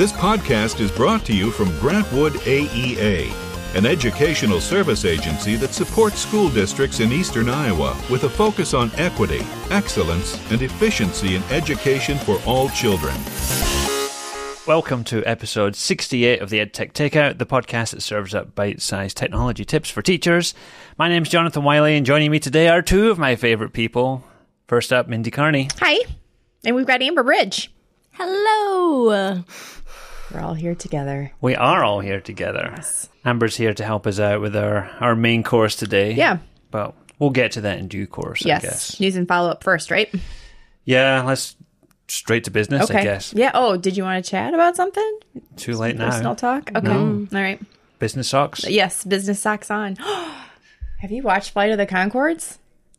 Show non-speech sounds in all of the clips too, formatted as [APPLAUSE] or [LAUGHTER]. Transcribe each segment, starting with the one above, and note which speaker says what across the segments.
Speaker 1: This podcast is brought to you from Grantwood AEA, an educational service agency that supports school districts in eastern Iowa with a focus on equity, excellence, and efficiency in education for all children.
Speaker 2: Welcome to episode 68 of the EdTech Takeout, the podcast that serves up bite sized technology tips for teachers. My name's Jonathan Wiley, and joining me today are two of my favourite people. First up, Mindy Carney.
Speaker 3: Hi. And we've got Amber Bridge.
Speaker 4: Hello.
Speaker 5: We're all here together.
Speaker 2: We are all here together. Amber's here to help us out with our, our main course today.
Speaker 3: Yeah.
Speaker 2: But we'll get to that in due course, I
Speaker 3: Yes.
Speaker 2: guess.
Speaker 3: News and follow up first, right?
Speaker 2: Yeah, let's straight to business, I guess.
Speaker 3: Yeah. Oh, did you want to chat about something?
Speaker 2: Too late
Speaker 3: Personal
Speaker 2: now.
Speaker 3: talk? Okay. All right.
Speaker 2: business socks.
Speaker 3: Yes. Business socks on. [GASPS] Have you watched Flight of the Concords?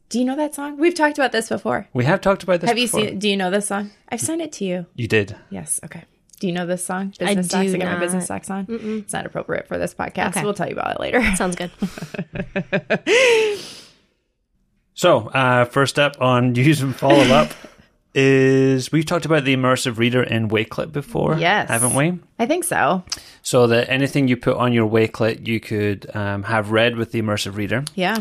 Speaker 3: Do you know that song? We've talked about this before.
Speaker 2: We have talked about this
Speaker 3: Have you
Speaker 2: before.
Speaker 3: seen it? Do you know this song? I've sent it to you.
Speaker 2: You did.
Speaker 3: Yes. Okay. Do you know this song?
Speaker 4: I
Speaker 3: Business socks.
Speaker 4: do
Speaker 3: I got my
Speaker 4: not.
Speaker 3: business socks on. It's not appropriate for this podcast.
Speaker 4: Okay.
Speaker 3: We'll tell you about it later. [LAUGHS]
Speaker 4: Sounds good.
Speaker 2: So, uh, first up on [LAUGHS] news and follow up is we've talked about the immersive reader in Wakelet before,
Speaker 3: Yes.
Speaker 2: haven't we?
Speaker 3: I think so.
Speaker 2: So that anything you put on your Wakelet, you could um, have read with the immersive reader,
Speaker 3: Yeah.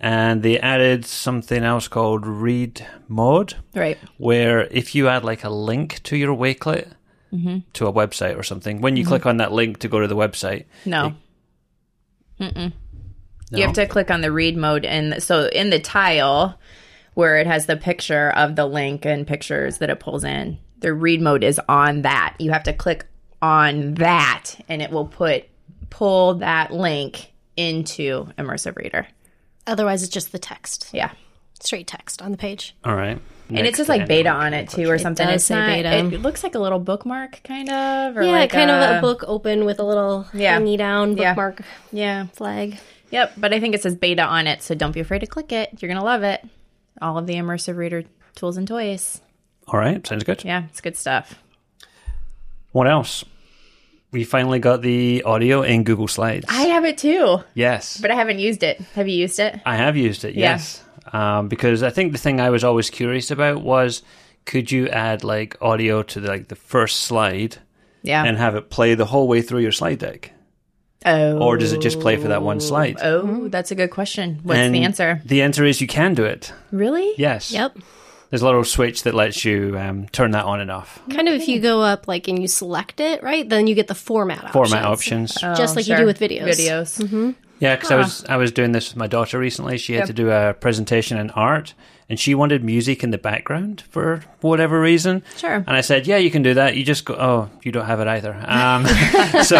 Speaker 2: and they added something else called Read Mode,
Speaker 3: Right.
Speaker 2: where if you add like a link to your Wakelet.
Speaker 3: Mm-hmm.
Speaker 2: To a website or something. When you click on that link to go to the website,
Speaker 3: No.
Speaker 2: It-
Speaker 3: You
Speaker 2: No?
Speaker 3: have to click on the read mode, and so in the tile where it has the picture of the link and pictures that it pulls in, the read mode is on that. You have to click on that, and it will put pull that link into immersive reader.
Speaker 4: [LAUGHS] Otherwise, it's just the text,
Speaker 3: Yeah.
Speaker 4: straight text on the page.
Speaker 2: all right,
Speaker 3: and
Speaker 2: Next
Speaker 3: it says like
Speaker 2: then.
Speaker 3: beta on it too, or something.
Speaker 4: does
Speaker 3: it's
Speaker 4: say
Speaker 3: not,
Speaker 4: beta.
Speaker 3: It looks like a little bookmark, kind of. Or
Speaker 4: Yeah,
Speaker 3: like
Speaker 4: kind of a book open with a little
Speaker 3: Yeah.
Speaker 4: hangy down
Speaker 3: Yeah.
Speaker 4: bookmark
Speaker 3: Yeah.
Speaker 4: flag.
Speaker 3: Yep. But I think it says beta on it, so don't be afraid to click it. You're gonna love it. All of the immersive reader tools and toys.
Speaker 2: All right, sounds good.
Speaker 3: Yeah, it's good stuff.
Speaker 2: What else? We finally got the audio in Google Slides.
Speaker 3: I have it too,
Speaker 2: yes.
Speaker 3: but I haven't used it. Have you used it?
Speaker 2: I have used it,
Speaker 3: Yeah.
Speaker 2: yes. Um, because I think the thing I was always curious about was could you add like audio to the, like the first slide
Speaker 3: Yeah.
Speaker 2: and have it play the whole way through your slide deck?
Speaker 3: oh.
Speaker 2: Or does it just play for that one slide?
Speaker 4: Mm-hmm.
Speaker 3: Oh, that's a good question. What's
Speaker 2: And
Speaker 3: the answer?
Speaker 2: The answer is you can do it.
Speaker 3: Really?
Speaker 2: Yes.
Speaker 4: Yep.
Speaker 2: There's a little switch that lets you um, turn that on and off.
Speaker 4: Kind of if you go up like and you select it, right? Then you get the format
Speaker 3: Oh,
Speaker 2: Format
Speaker 4: options.
Speaker 2: options.
Speaker 4: Just like you do with videos. Mm-hmm.
Speaker 3: Videos.
Speaker 2: Yeah, because I was I was doing this with my daughter recently. She had to do a presentation in art, and she wanted music in the background for whatever reason.
Speaker 3: Sure.
Speaker 2: And I said, "Yeah, you can do that. You just go. Oh, you don't have it either." Um, [LAUGHS] so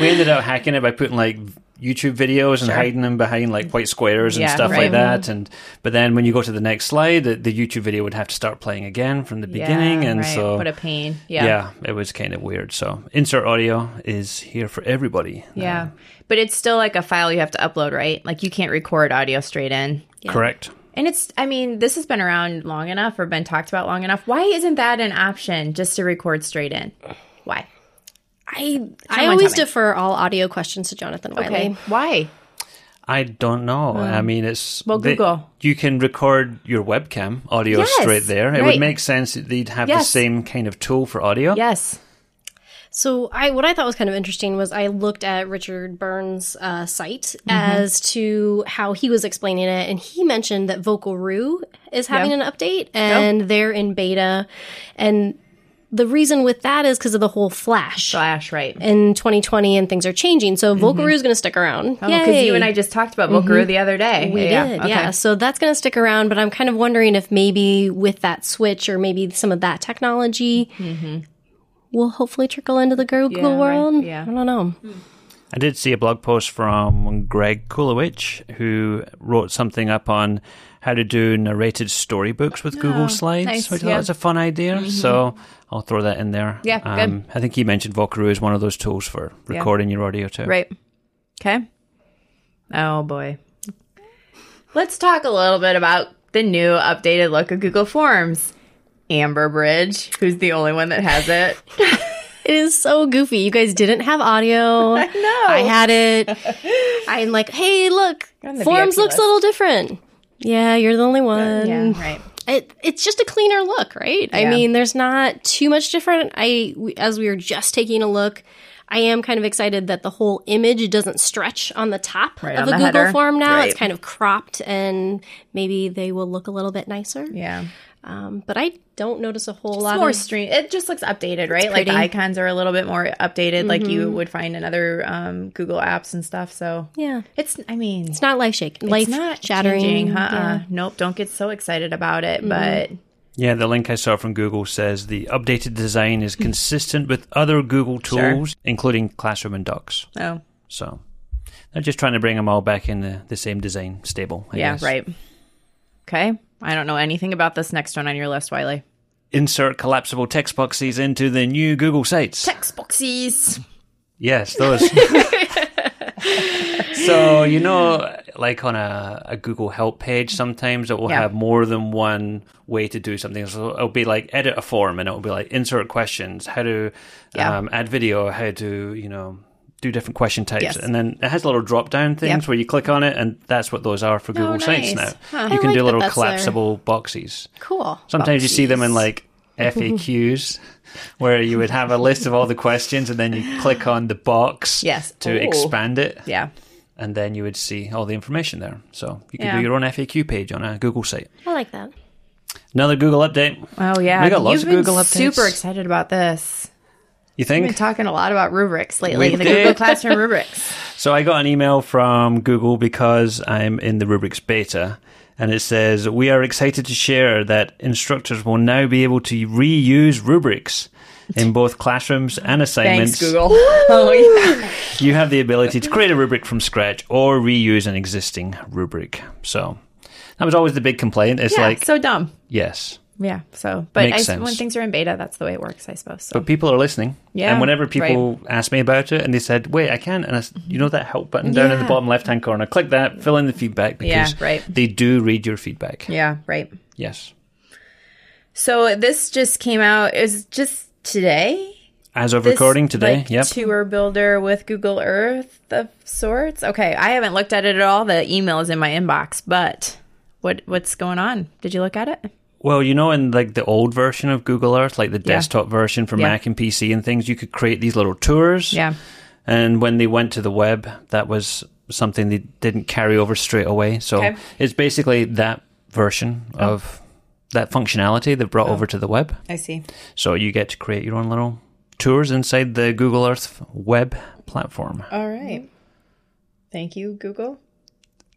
Speaker 2: we ended up hacking it by putting like YouTube videos and hiding them behind like white squares and
Speaker 3: Yeah,
Speaker 2: stuff
Speaker 3: right.
Speaker 2: like that. And but then when you go to the next slide, the, the YouTube video would have to start playing again from the beginning,
Speaker 3: Yeah,
Speaker 2: and
Speaker 3: right.
Speaker 2: so
Speaker 3: what a pain.
Speaker 2: yeah.
Speaker 3: Yeah. Yeah.
Speaker 2: it was kind of weird. So insert audio is here for everybody.
Speaker 3: But it's still like a file you have to upload, right? Like you can't record audio straight in.
Speaker 2: Correct.
Speaker 3: And it's, I mean, this has been around long enough or been talked about long enough. Why isn't that an option just to record straight in? Why?
Speaker 4: I I
Speaker 3: Someone
Speaker 4: always
Speaker 3: tell me.
Speaker 4: defer all audio questions to Jonathan Wiley.
Speaker 3: Okay. Why?
Speaker 2: I don't know. I mean, it's
Speaker 3: Um, Well,
Speaker 2: they-
Speaker 3: Google.
Speaker 2: you can record your webcam audio
Speaker 3: Yes,
Speaker 2: straight there. It
Speaker 3: right.
Speaker 2: would make sense that they'd have the
Speaker 3: Yes.
Speaker 2: same kind of tool for audio.
Speaker 3: Yes.
Speaker 4: So I what I thought was kind of interesting was I looked at Richard Burns' uh, site
Speaker 3: Mm-hmm.
Speaker 4: as to how he was explaining it, and he mentioned that Vocal Roo is having an update and they're in beta, and the reason with that is because of the whole Flash.
Speaker 3: Flash, right.
Speaker 4: in 2020 and things are changing so vocal Roo is going to stick around
Speaker 3: Because Oh, you and I just talked about Bokaroo the other day.
Speaker 4: Mm-hmm. we
Speaker 3: yeah.
Speaker 4: did
Speaker 3: okay.
Speaker 4: yeah so that's going to stick around but i'm kind of wondering if maybe with that switch or maybe some of that technology will hopefully trickle into the google
Speaker 3: Mm-hmm. Yeah, right.
Speaker 4: world
Speaker 3: Yeah.
Speaker 4: i don't know
Speaker 2: I did see a blog post from Greg Kulowich who wrote something up on how to do narrated storybooks with Google Slides,
Speaker 3: Ah, nice,
Speaker 2: which I
Speaker 3: yeah. Mm-hmm.
Speaker 2: thought was a fun idea. So I'll throw that in there. Um,
Speaker 3: Yeah, good.
Speaker 2: I think he mentioned Vocaroo is one of those tools for recording your audio too.
Speaker 3: Right. Okay. Oh boy. Let's talk a little bit about the new updated look of Google Forms. Amber Bridge, who's the only one that has
Speaker 4: [LAUGHS]
Speaker 3: it.
Speaker 4: It is so goofy. You guys didn't
Speaker 3: [LAUGHS]
Speaker 4: have audio. I know. I had it. I'm like, hey, look,
Speaker 3: the VIP
Speaker 4: forms looks
Speaker 3: list.
Speaker 4: a little different. Yeah, you're the only one.
Speaker 3: right.
Speaker 4: it, it's just a cleaner look, right? I
Speaker 3: Yeah.
Speaker 4: mean, there's not too much different. I we- as we were just taking a look, I am kind of excited that the whole image doesn't stretch on the top
Speaker 3: Right,
Speaker 4: of
Speaker 3: on
Speaker 4: a
Speaker 3: the
Speaker 4: Google
Speaker 3: header.
Speaker 4: form now. It's
Speaker 3: Right.
Speaker 4: kind of cropped, and maybe they will look a little bit nicer.
Speaker 3: Yeah.
Speaker 4: Um, but I don't notice a whole lot
Speaker 3: It's more
Speaker 4: of
Speaker 3: stream. It just looks updated, right? Like the
Speaker 4: pretty. Mm-hmm.
Speaker 3: icons are a little bit more updated, like you would find in other um, Google apps and stuff. So
Speaker 4: yeah.
Speaker 3: it's, I mean,
Speaker 4: It's not life shaking, life shattering.
Speaker 3: changing, uh-uh.
Speaker 4: Yeah. Mm-hmm.
Speaker 3: Nope. Don't get so excited about it. But
Speaker 2: Yeah, the link I saw from Google says the updated design is consistent with other Google
Speaker 3: Hmm. Sure.
Speaker 2: tools, including Classroom and Docs.
Speaker 3: oh,
Speaker 2: So they're just trying to bring them all back in the, the same design stable. I
Speaker 3: yeah,
Speaker 2: guess.
Speaker 3: right. Okay. I don't know anything about this next one on your list, Wiley.
Speaker 2: Insert collapsible text boxes into the new Google sites.
Speaker 3: Xboxes.
Speaker 2: Yes,
Speaker 3: [LAUGHS]
Speaker 2: those. so you know, like on a, a Google Help page, sometimes it will
Speaker 3: Yeah.
Speaker 2: have more than one way to do something. So it'll be like edit a form, and it'll be like insert questions, how to
Speaker 3: Yeah.
Speaker 2: um, add video, how to you know do different question types,
Speaker 3: Yes.
Speaker 2: and then it has little drop down things
Speaker 3: Yep. Oh,
Speaker 2: where you click on it, and that's what those are for Google Sites now.
Speaker 3: nice.
Speaker 2: You can
Speaker 4: like
Speaker 2: do
Speaker 4: that
Speaker 2: little
Speaker 4: that's there.
Speaker 2: collapsible boxes.
Speaker 4: Cool.
Speaker 2: Sometimes you see them in like FAQs [LAUGHS] where you would have a list of all the questions and then you click on the box
Speaker 3: Yes.
Speaker 2: to
Speaker 3: Ooh.
Speaker 2: expand it
Speaker 3: Yeah.
Speaker 2: and then you would see all the information there. So you can
Speaker 3: Yeah.
Speaker 2: do your own FAQ page on a Google site.
Speaker 4: I like that.
Speaker 2: Another Google update.
Speaker 3: Oh yeah.
Speaker 2: We got lots
Speaker 3: You've
Speaker 2: of Google
Speaker 3: been
Speaker 2: updates.
Speaker 3: Super excited about this.
Speaker 2: You
Speaker 3: We've been
Speaker 2: think?
Speaker 3: [LAUGHS] talking a lot about rubrics lately.
Speaker 2: We
Speaker 3: the
Speaker 2: did.
Speaker 3: Google Classroom
Speaker 2: [LAUGHS]
Speaker 3: rubrics.
Speaker 2: So I got an email from Google because I'm in the rubrics beta. And it says, We are excited to share that instructors will now be able to reuse rubrics in both classrooms and assignments.
Speaker 3: Thanks, Google. [LAUGHS] oh yeah.
Speaker 2: You have the ability to create a rubric from scratch or reuse an existing rubric. So that was always the big complaint. It's
Speaker 3: Yeah,
Speaker 2: like,
Speaker 3: so dumb.
Speaker 2: yes,
Speaker 3: Yeah. So, but
Speaker 2: Makes
Speaker 3: I,
Speaker 2: sense. Oh.
Speaker 3: when things are in beta, that's the way it works, I suppose. So.
Speaker 2: but people are listening.
Speaker 3: Yeah,
Speaker 2: and whenever people ask me about it and they said, wait, I can't, and I s you know that help button down in the
Speaker 3: Yeah.
Speaker 2: bottom left hand corner, click that, fill in the feedback because
Speaker 3: Yeah, right.
Speaker 2: they do read your feedback.
Speaker 3: yeah. Right.
Speaker 2: Yes.
Speaker 3: So this just came out. Is just today.
Speaker 2: As of
Speaker 3: This,
Speaker 2: recording today,
Speaker 3: like,
Speaker 2: yep.
Speaker 3: Tour builder with Google Earth of sorts. Okay, I haven't looked at it at all. The email is in my inbox, but what what's going on? Did you look at it?
Speaker 2: Well, you know, in like the old version of Google Earth, like the desktop version for
Speaker 3: Yeah.
Speaker 2: Mac and PC and things, you could create these little tours.
Speaker 3: Yeah.
Speaker 2: And when they went to the web, that was something they didn't carry over straight away. So
Speaker 3: Okay. Oh.
Speaker 2: it's basically that version of that functionality they've brought over to the web.
Speaker 3: I see.
Speaker 2: So you get to create your own little tours inside the Google Earth web platform.
Speaker 3: All right. Thank you, Google.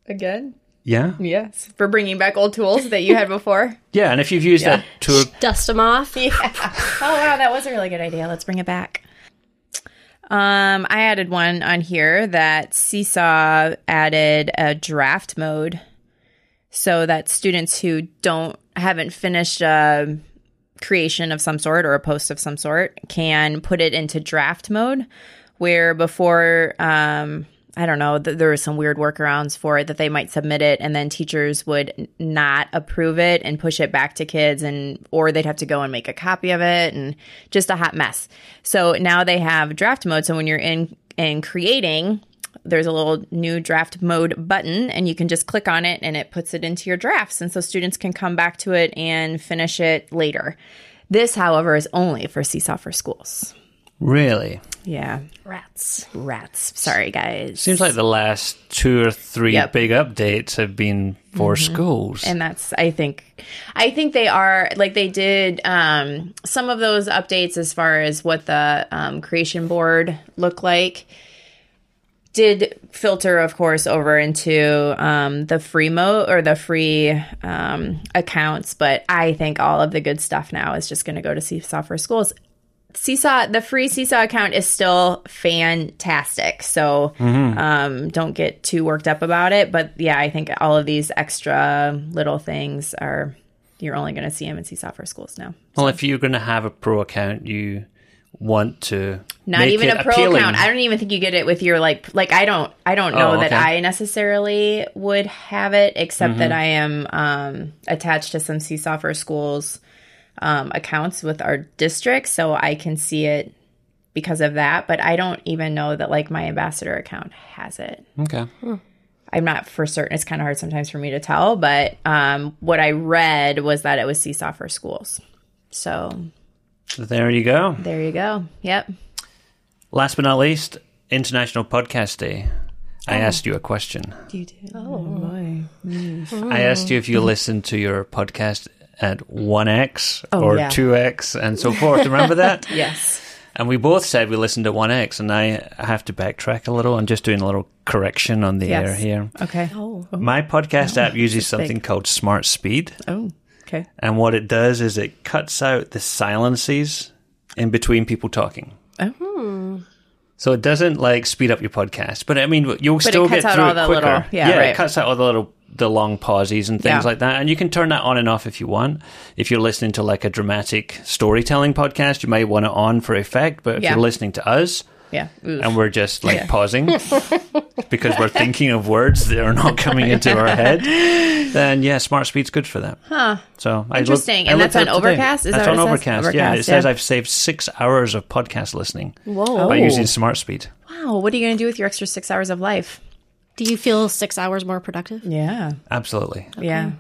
Speaker 3: Again,
Speaker 2: Yeah?
Speaker 3: yes, for bringing back old tools that you had before.
Speaker 2: Yeah. And if you've used that tour,
Speaker 4: Dust them off.
Speaker 3: Oh wow, that was a really good idea. Let's bring it back. Um, I added one on here that Seesaw added a draft mode, so that students who don't haven't finished a creation of some sort or a post of some sort can put it into draft mode, where before um, I don't know, th- there were some weird workarounds for it that they might submit it and then teachers would n- not approve it and push it back to kids and or they'd have to go and make a copy of it and just a hot mess. So now they have draft mode. So when you're in in creating, there's a little new draft mode button and you can just click on it and it puts it into your drafts and so students can come back to it and finish it later. This, however, is only for Seesaw for Schools.
Speaker 2: really?
Speaker 3: Yeah.
Speaker 4: Rats.
Speaker 3: Rats. Sorry guys.
Speaker 2: Seems like the last two or three
Speaker 3: Yep. Mm-hmm.
Speaker 2: big updates have been for schools.
Speaker 3: and that's i think i think they are like they did um, some of those updates as far as what the um, creation board looked like did filter of course over into um, the free mode or the free um, accounts but i think all of the good stuff now is just going to go to seesaw for schools seesaw the free seesaw account is still fantastic so um, don't get too worked up about it. But yeah, I think all of these extra little things are you're only going to see them in CSOF for schools now.
Speaker 2: Well, if you're going to have a pro account, you want to
Speaker 3: Not
Speaker 2: make
Speaker 3: even
Speaker 2: it
Speaker 3: a pro
Speaker 2: appealing.
Speaker 3: account. I don't even think you get it with your like like I don't I don't know
Speaker 2: Oh,
Speaker 3: that
Speaker 2: okay.
Speaker 3: I necessarily would have it except that
Speaker 2: Mm-hmm.
Speaker 3: I am um, attached to some CSOF for schools um, accounts with our district, so I can see it because of that. But I don't even know that like my ambassador account has it.
Speaker 2: Okay.
Speaker 3: I'm not for certain. It's kind of hard sometimes for me to tell, but um, what I read was that it was Seesaw for schools. So
Speaker 2: There you go.
Speaker 3: there you go. Yep.
Speaker 2: Last but not least, International Podcast Day. I asked you a question.
Speaker 6: You do.
Speaker 2: I asked you if you listened to your podcast at 1x or
Speaker 6: yeah.
Speaker 2: 2x and so forth. Remember that?
Speaker 3: Yes.
Speaker 2: And we both said we listened at 1x, and I have to backtrack a little. I'm just doing a little correction on the
Speaker 3: Yes.
Speaker 2: air here.
Speaker 6: Okay.
Speaker 2: My podcast app uses something called Smart Speed.
Speaker 6: Oh. Okay.
Speaker 2: And what it does is it cuts out the silences in between people talking.
Speaker 3: Oh.
Speaker 2: So it doesn't like speed up your podcast, but I mean you'll still
Speaker 3: cuts
Speaker 2: get
Speaker 3: out
Speaker 2: through
Speaker 3: all
Speaker 2: it
Speaker 3: the
Speaker 2: quicker.
Speaker 3: little- yeah,
Speaker 2: it
Speaker 3: right.
Speaker 2: cuts out all the little the long pauses and things
Speaker 3: Yeah.
Speaker 2: like that, and you can turn that on and off if you want. If you're listening to like a dramatic storytelling podcast, you may want it on for effect, but if
Speaker 3: Yeah.
Speaker 2: you're listening to us
Speaker 3: Yeah. Oof.
Speaker 2: and we're just like
Speaker 3: [LAUGHS]
Speaker 2: pausing because we're thinking of words that are not coming into our head, then yeah, smart speed's good for that. Huh. So I
Speaker 3: Interesting.
Speaker 2: Looked, I
Speaker 3: and
Speaker 2: looked
Speaker 3: that's
Speaker 2: it
Speaker 3: on
Speaker 2: up today.
Speaker 3: Overcast? Is
Speaker 2: that's
Speaker 3: that
Speaker 2: on
Speaker 3: what it says?
Speaker 2: Overcast. Yeah, it
Speaker 3: Overcast,
Speaker 2: says
Speaker 3: yeah.
Speaker 2: I've saved six hours of podcast listening
Speaker 4: Whoa.
Speaker 2: by using smart speed.
Speaker 3: Wow. What are you going to do with your extra six hours of life?
Speaker 4: Do you feel six hours more productive?
Speaker 6: Yeah.
Speaker 2: Absolutely.
Speaker 3: Yeah.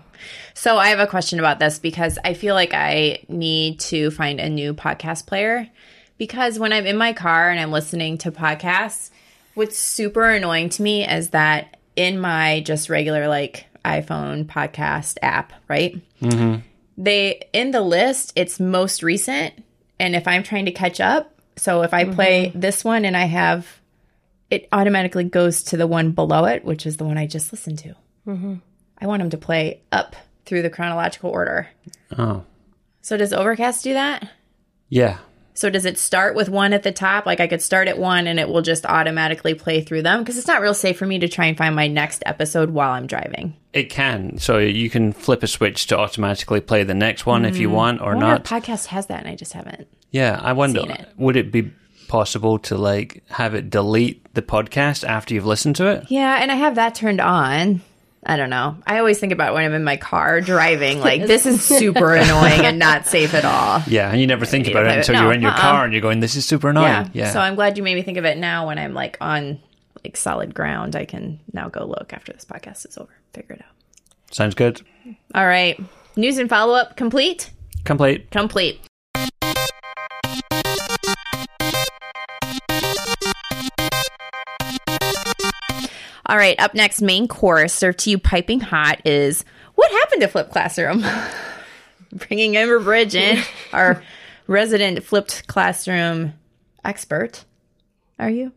Speaker 3: So I have a question about this because I feel like I need to find a new podcast player because when I'm in my car and I'm listening to podcasts, what's super annoying to me is that in my just regular like iPhone podcast app, right? They in the list, it's most recent. And if I'm trying to catch up, so if I play this one and I have it automatically goes to the one below it, which is the one I just listened to. I want them to play up through the chronological order.
Speaker 2: Oh.
Speaker 3: So does Overcast do that?
Speaker 2: Yeah.
Speaker 3: So does it start with one at the top? Like I could start at one and it will just automatically play through them because it's not real safe for me to try and find my next episode while I'm driving.
Speaker 2: It can. So you can flip a switch to automatically play the next one if you want or
Speaker 3: I Mm. wonder if
Speaker 2: not.
Speaker 3: podcast has that and I just haven't.
Speaker 2: yeah, I wonder
Speaker 3: seen it.
Speaker 2: would it be possible to like have it delete the podcast after you've listened to it?
Speaker 3: Yeah, and I have that turned on. I don't know. I always think about when I'm in my car driving. Like this is
Speaker 2: [LAUGHS]
Speaker 3: super annoying and not safe at all.
Speaker 2: Yeah, and you never think about it
Speaker 3: but
Speaker 2: until
Speaker 3: no,
Speaker 2: you're in your
Speaker 3: uh-uh.
Speaker 2: car and you're going, "This is super annoying."
Speaker 3: Yeah.
Speaker 2: Oh, Yeah,
Speaker 3: So I'm glad you made me think of it now when I'm like on like solid ground. I can now go look after this podcast is over. Figure it out.
Speaker 2: sounds good.
Speaker 3: All right. News and follow up complete?
Speaker 2: Complete.
Speaker 3: Complete. All right, up next, main course served to you piping hot is what happened to Flip Classroom? [LAUGHS] Bringing Amber Bridge in, our resident flipped classroom expert. Are you?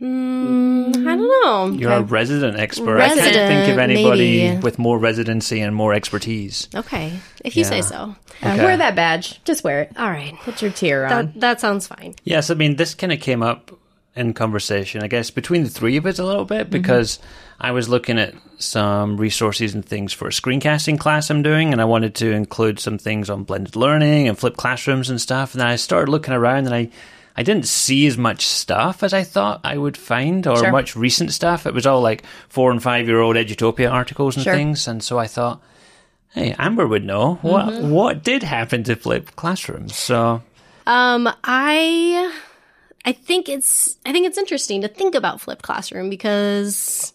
Speaker 3: Mm-hmm.
Speaker 4: I don't know.
Speaker 2: You're a resident expert. I can't
Speaker 4: Resident,
Speaker 2: think of anybody
Speaker 4: maybe.
Speaker 2: with more residency and more expertise.
Speaker 4: Okay, if you say so.
Speaker 3: Uh, Wear that badge. Just wear it.
Speaker 4: All right.
Speaker 3: Put your tier on.
Speaker 4: That, that sounds fine.
Speaker 2: Yes, I mean this kind of came up in conversation, I guess, between the three of us a little
Speaker 3: Mm-hmm.
Speaker 2: bit because I was looking at some resources and things for a screencasting class I'm doing, and I wanted to include some things on blended learning and flipped classrooms and stuff. And then I started looking around, and I I didn't see as much stuff as I thought I would find, or
Speaker 3: Sure.
Speaker 2: much recent stuff. It was all like four and five year old Edutopia articles and
Speaker 3: Sure.
Speaker 2: things, and so I thought. Hey, Amber would know what
Speaker 3: Mm-hmm.
Speaker 2: what did happen to flipped classrooms. So
Speaker 4: Um, I I think it's I think it's interesting to think about flipped classroom because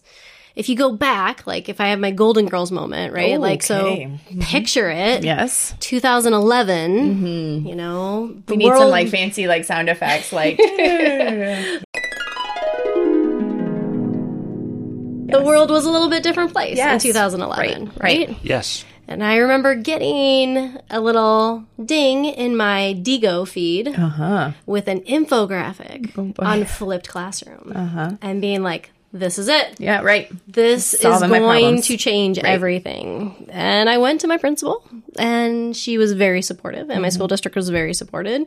Speaker 4: if you go back, like if I have my Golden Girls moment, right? like
Speaker 6: Okay.
Speaker 3: Mm-hmm.
Speaker 4: so, picture it,
Speaker 3: yes.
Speaker 4: 2011. You know, the
Speaker 3: Mm-hmm. We need
Speaker 4: world-
Speaker 3: some like fancy like sound effects
Speaker 4: [LAUGHS]
Speaker 3: like
Speaker 4: the world was a little bit different place
Speaker 3: Yes.
Speaker 4: in 2011,
Speaker 3: Right,
Speaker 4: right?
Speaker 3: right.
Speaker 2: yes,
Speaker 4: And I remember getting a little ding in my Digo feed
Speaker 3: Uh-huh.
Speaker 4: with an infographic on flipped classroom
Speaker 3: Uh-huh.
Speaker 4: and being like, this is it.
Speaker 3: Yeah, right.
Speaker 4: This is
Speaker 3: Solving my
Speaker 4: going
Speaker 3: problems.
Speaker 4: to change everything. And I went to my principal, and she was very supportive, and
Speaker 3: Mm-hmm.
Speaker 4: my school district was very supported.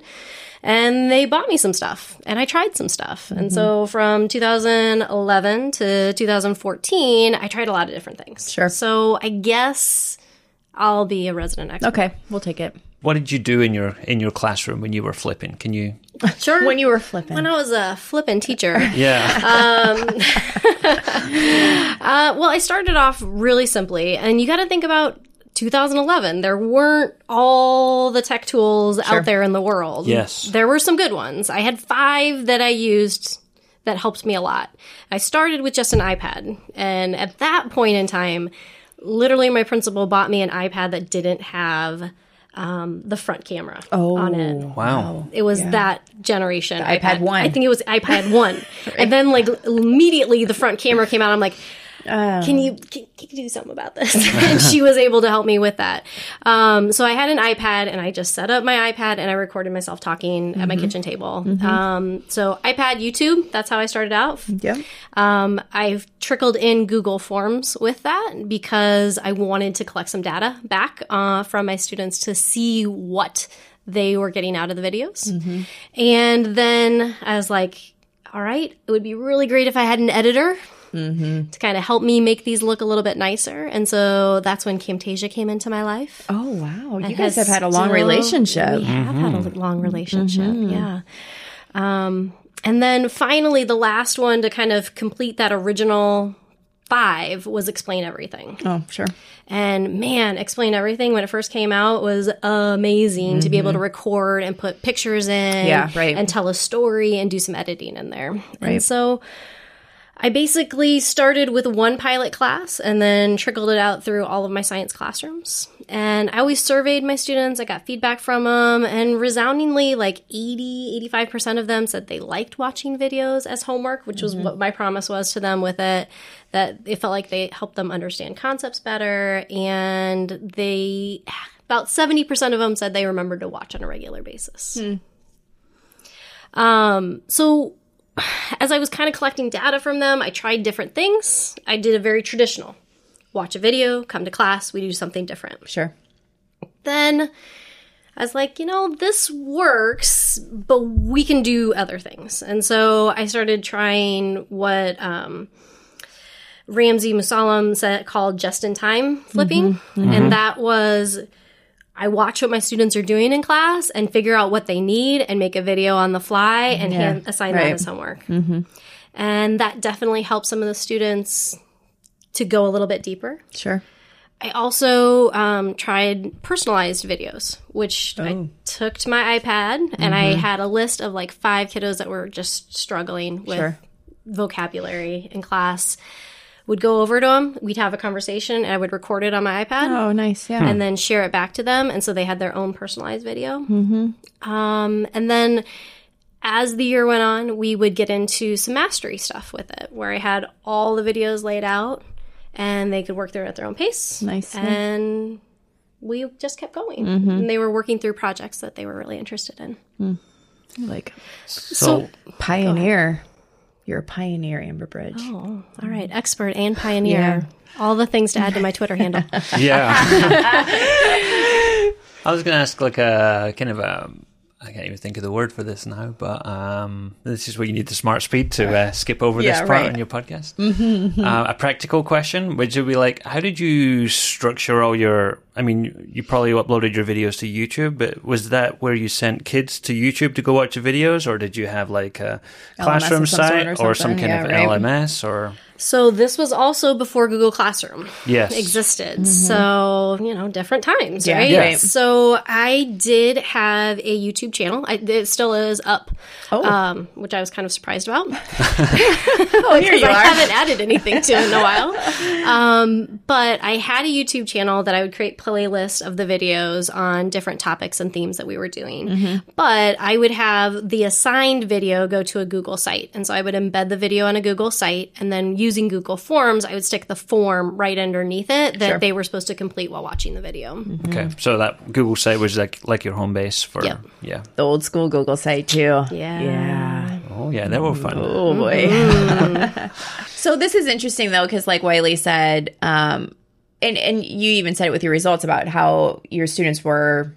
Speaker 4: And they bought me some stuff, and I tried some stuff. And
Speaker 3: Mm-hmm.
Speaker 4: so from 2011 to 2014, I tried a lot of different things.
Speaker 3: Sure.
Speaker 4: So I guess I'll be a resident expert. [LAUGHS]
Speaker 3: Okay, we'll take it.
Speaker 2: What did you do in your in your classroom when you were flipping? Can you?
Speaker 4: Sure.
Speaker 3: When you were flipping.
Speaker 4: when I was a flippin' teacher,
Speaker 2: Yeah,
Speaker 4: Uh, well, I started off really simply, and you got to think about 2011. There weren't all the tech tools out there in the world.
Speaker 2: Yes.
Speaker 4: There were some good ones. I had five that I used that helped me a lot. I started with just an iPad. And at that point in time, literally my principal bought me an iPad that didn't have um, the front camera
Speaker 3: Oh.
Speaker 4: on it.
Speaker 2: [LAUGHS] Wow.
Speaker 4: It was that generation.
Speaker 7: iPad one.
Speaker 4: I think it was
Speaker 7: [LAUGHS]
Speaker 4: iPad one. And then like immediately the front camera came out. I'm like,
Speaker 7: Oh.
Speaker 4: can you can, can you do something about this? [LAUGHS] and she was able to help me with that. Um, so I had an iPad and I just set up my iPad and I recorded myself talking at
Speaker 7: Mm-hmm.
Speaker 4: my kitchen table. Um, so iPad, YouTube, that's how I started out.
Speaker 3: Yep.
Speaker 4: Um, I've trickled in Google Forms with that because I wanted to collect some data back uh, from my students to see what they were getting out of the videos. And then I was like, all right, it would be really great if I had an editor to kind of help me make these look a little bit nicer. And so that's when Camtasia came into my life.
Speaker 3: Oh wow, you
Speaker 4: And
Speaker 3: guys have
Speaker 4: has
Speaker 3: had a long
Speaker 4: still-
Speaker 3: relationship. Mm-hmm.
Speaker 4: We have had a li- long relationship, yeah. Um, and then finally, the last one to kind of complete that original five was explain everything.
Speaker 3: Oh sure.
Speaker 4: And man, explain everything when it first came out was amazing to be able
Speaker 3: Mm-hmm.
Speaker 4: to record and put pictures in,
Speaker 7: Yeah, right.
Speaker 4: and tell a story and do some editing in there. And so I basically started with one pilot class and then trickled it out through all of my science classrooms. And I always surveyed my students, I got feedback from them, and resoundingly, like 80, 85% of them said they liked watching videos as homework, which was what my promise was to them with it, that it felt like they helped them understand concepts better. And they, about 70% of them said they remembered to watch on a regular basis. Um, so as I was kind of collecting data from them, I tried different things. I did a very traditional watch a video, come to class, we do something different.
Speaker 3: Sure.
Speaker 4: Then I was like, you know, this works, but we can do other things. And so I started trying what um, Ramsey Musalam said, called just in time flipping. And that was I watch what my students are doing in class and figure out what they need and make a video on the fly and hand, assign that
Speaker 3: right.
Speaker 4: as homework. And that definitely helped some of the students to go a little bit deeper.
Speaker 3: Sure.
Speaker 4: I also um, tried personalized videos, which
Speaker 3: Oh.
Speaker 4: I took to my iPad and I
Speaker 3: Mm-hmm.
Speaker 4: had a list of like five kiddos that were just struggling with
Speaker 3: Sure.
Speaker 4: vocabulary in class. Would go over to them, we'd have a conversation, and I would record it on my iPad
Speaker 3: Oh nice. Yeah.
Speaker 4: and then share it back to them. And so they had their own personalized video. Mm-hmm. Um, and then as the year went on, we would get into some mastery stuff with it, where I had all the videos laid out and they could work through it at their own pace.
Speaker 3: Nice, yeah. Mm-hmm.
Speaker 4: And we just kept going. And they were working through projects that they were really interested in.
Speaker 3: like
Speaker 2: So,
Speaker 3: pioneer. You're a pioneer, Amber Bridge.
Speaker 4: Oh. All right, expert and pioneer. All the things to add to my Twitter handle.
Speaker 3: [LAUGHS]
Speaker 2: yeah. [LAUGHS] I was going to ask, like, a kind of a. I can't even think of the word for this now, but um, this is where you need the smart speed to uh, skip over this
Speaker 3: Yeah,
Speaker 2: part
Speaker 3: right.
Speaker 2: on your podcast.
Speaker 3: [LAUGHS]
Speaker 2: Mm-hmm, Uh, a practical question, which would be like, how did you structure all your? I mean, you probably uploaded your videos to YouTube, but was that where you sent kids to YouTube to go watch your videos, or did you have like a
Speaker 3: LMS of
Speaker 2: classroom
Speaker 3: some sort
Speaker 2: site
Speaker 3: or
Speaker 2: or, some
Speaker 3: something,
Speaker 2: kind
Speaker 3: yeah,
Speaker 2: of
Speaker 3: right.
Speaker 2: LMS or?
Speaker 4: So this was also before Google Classroom
Speaker 2: Yes.
Speaker 4: existed. So, you know, different times,
Speaker 3: Mm-hmm. Yeah,
Speaker 4: right?
Speaker 3: right.
Speaker 4: So I did have a YouTube channel. I, it still is up,
Speaker 3: Oh.
Speaker 4: um, which I was kind of
Speaker 3: [LAUGHS]
Speaker 4: surprised about. [LAUGHS]
Speaker 3: Oh, here you
Speaker 4: I haven't added anything to it in
Speaker 3: [LAUGHS]
Speaker 4: a while. Um, but I had a YouTube channel that I would create playlists of the videos on different topics and themes that we were doing.
Speaker 3: Mm-hmm.
Speaker 4: But I would have the assigned video go to a Google site. And so I would embed the video on a Google site. And then using Google Forms, I would stick the form right underneath it that they were supposed to complete while watching the video.
Speaker 2: Okay,
Speaker 3: Mm-hmm.
Speaker 2: so that Google site was like like your home base for
Speaker 4: Yep.
Speaker 2: yeah.
Speaker 3: The old school Google site too.
Speaker 4: Yeah.
Speaker 3: Yeah.
Speaker 2: Oh yeah, they were fun.
Speaker 3: Oh boy. Mm-hmm. [LAUGHS]
Speaker 7: So this is interesting though, because like Wiley said, um,
Speaker 3: and and you even said it with your results about how your students were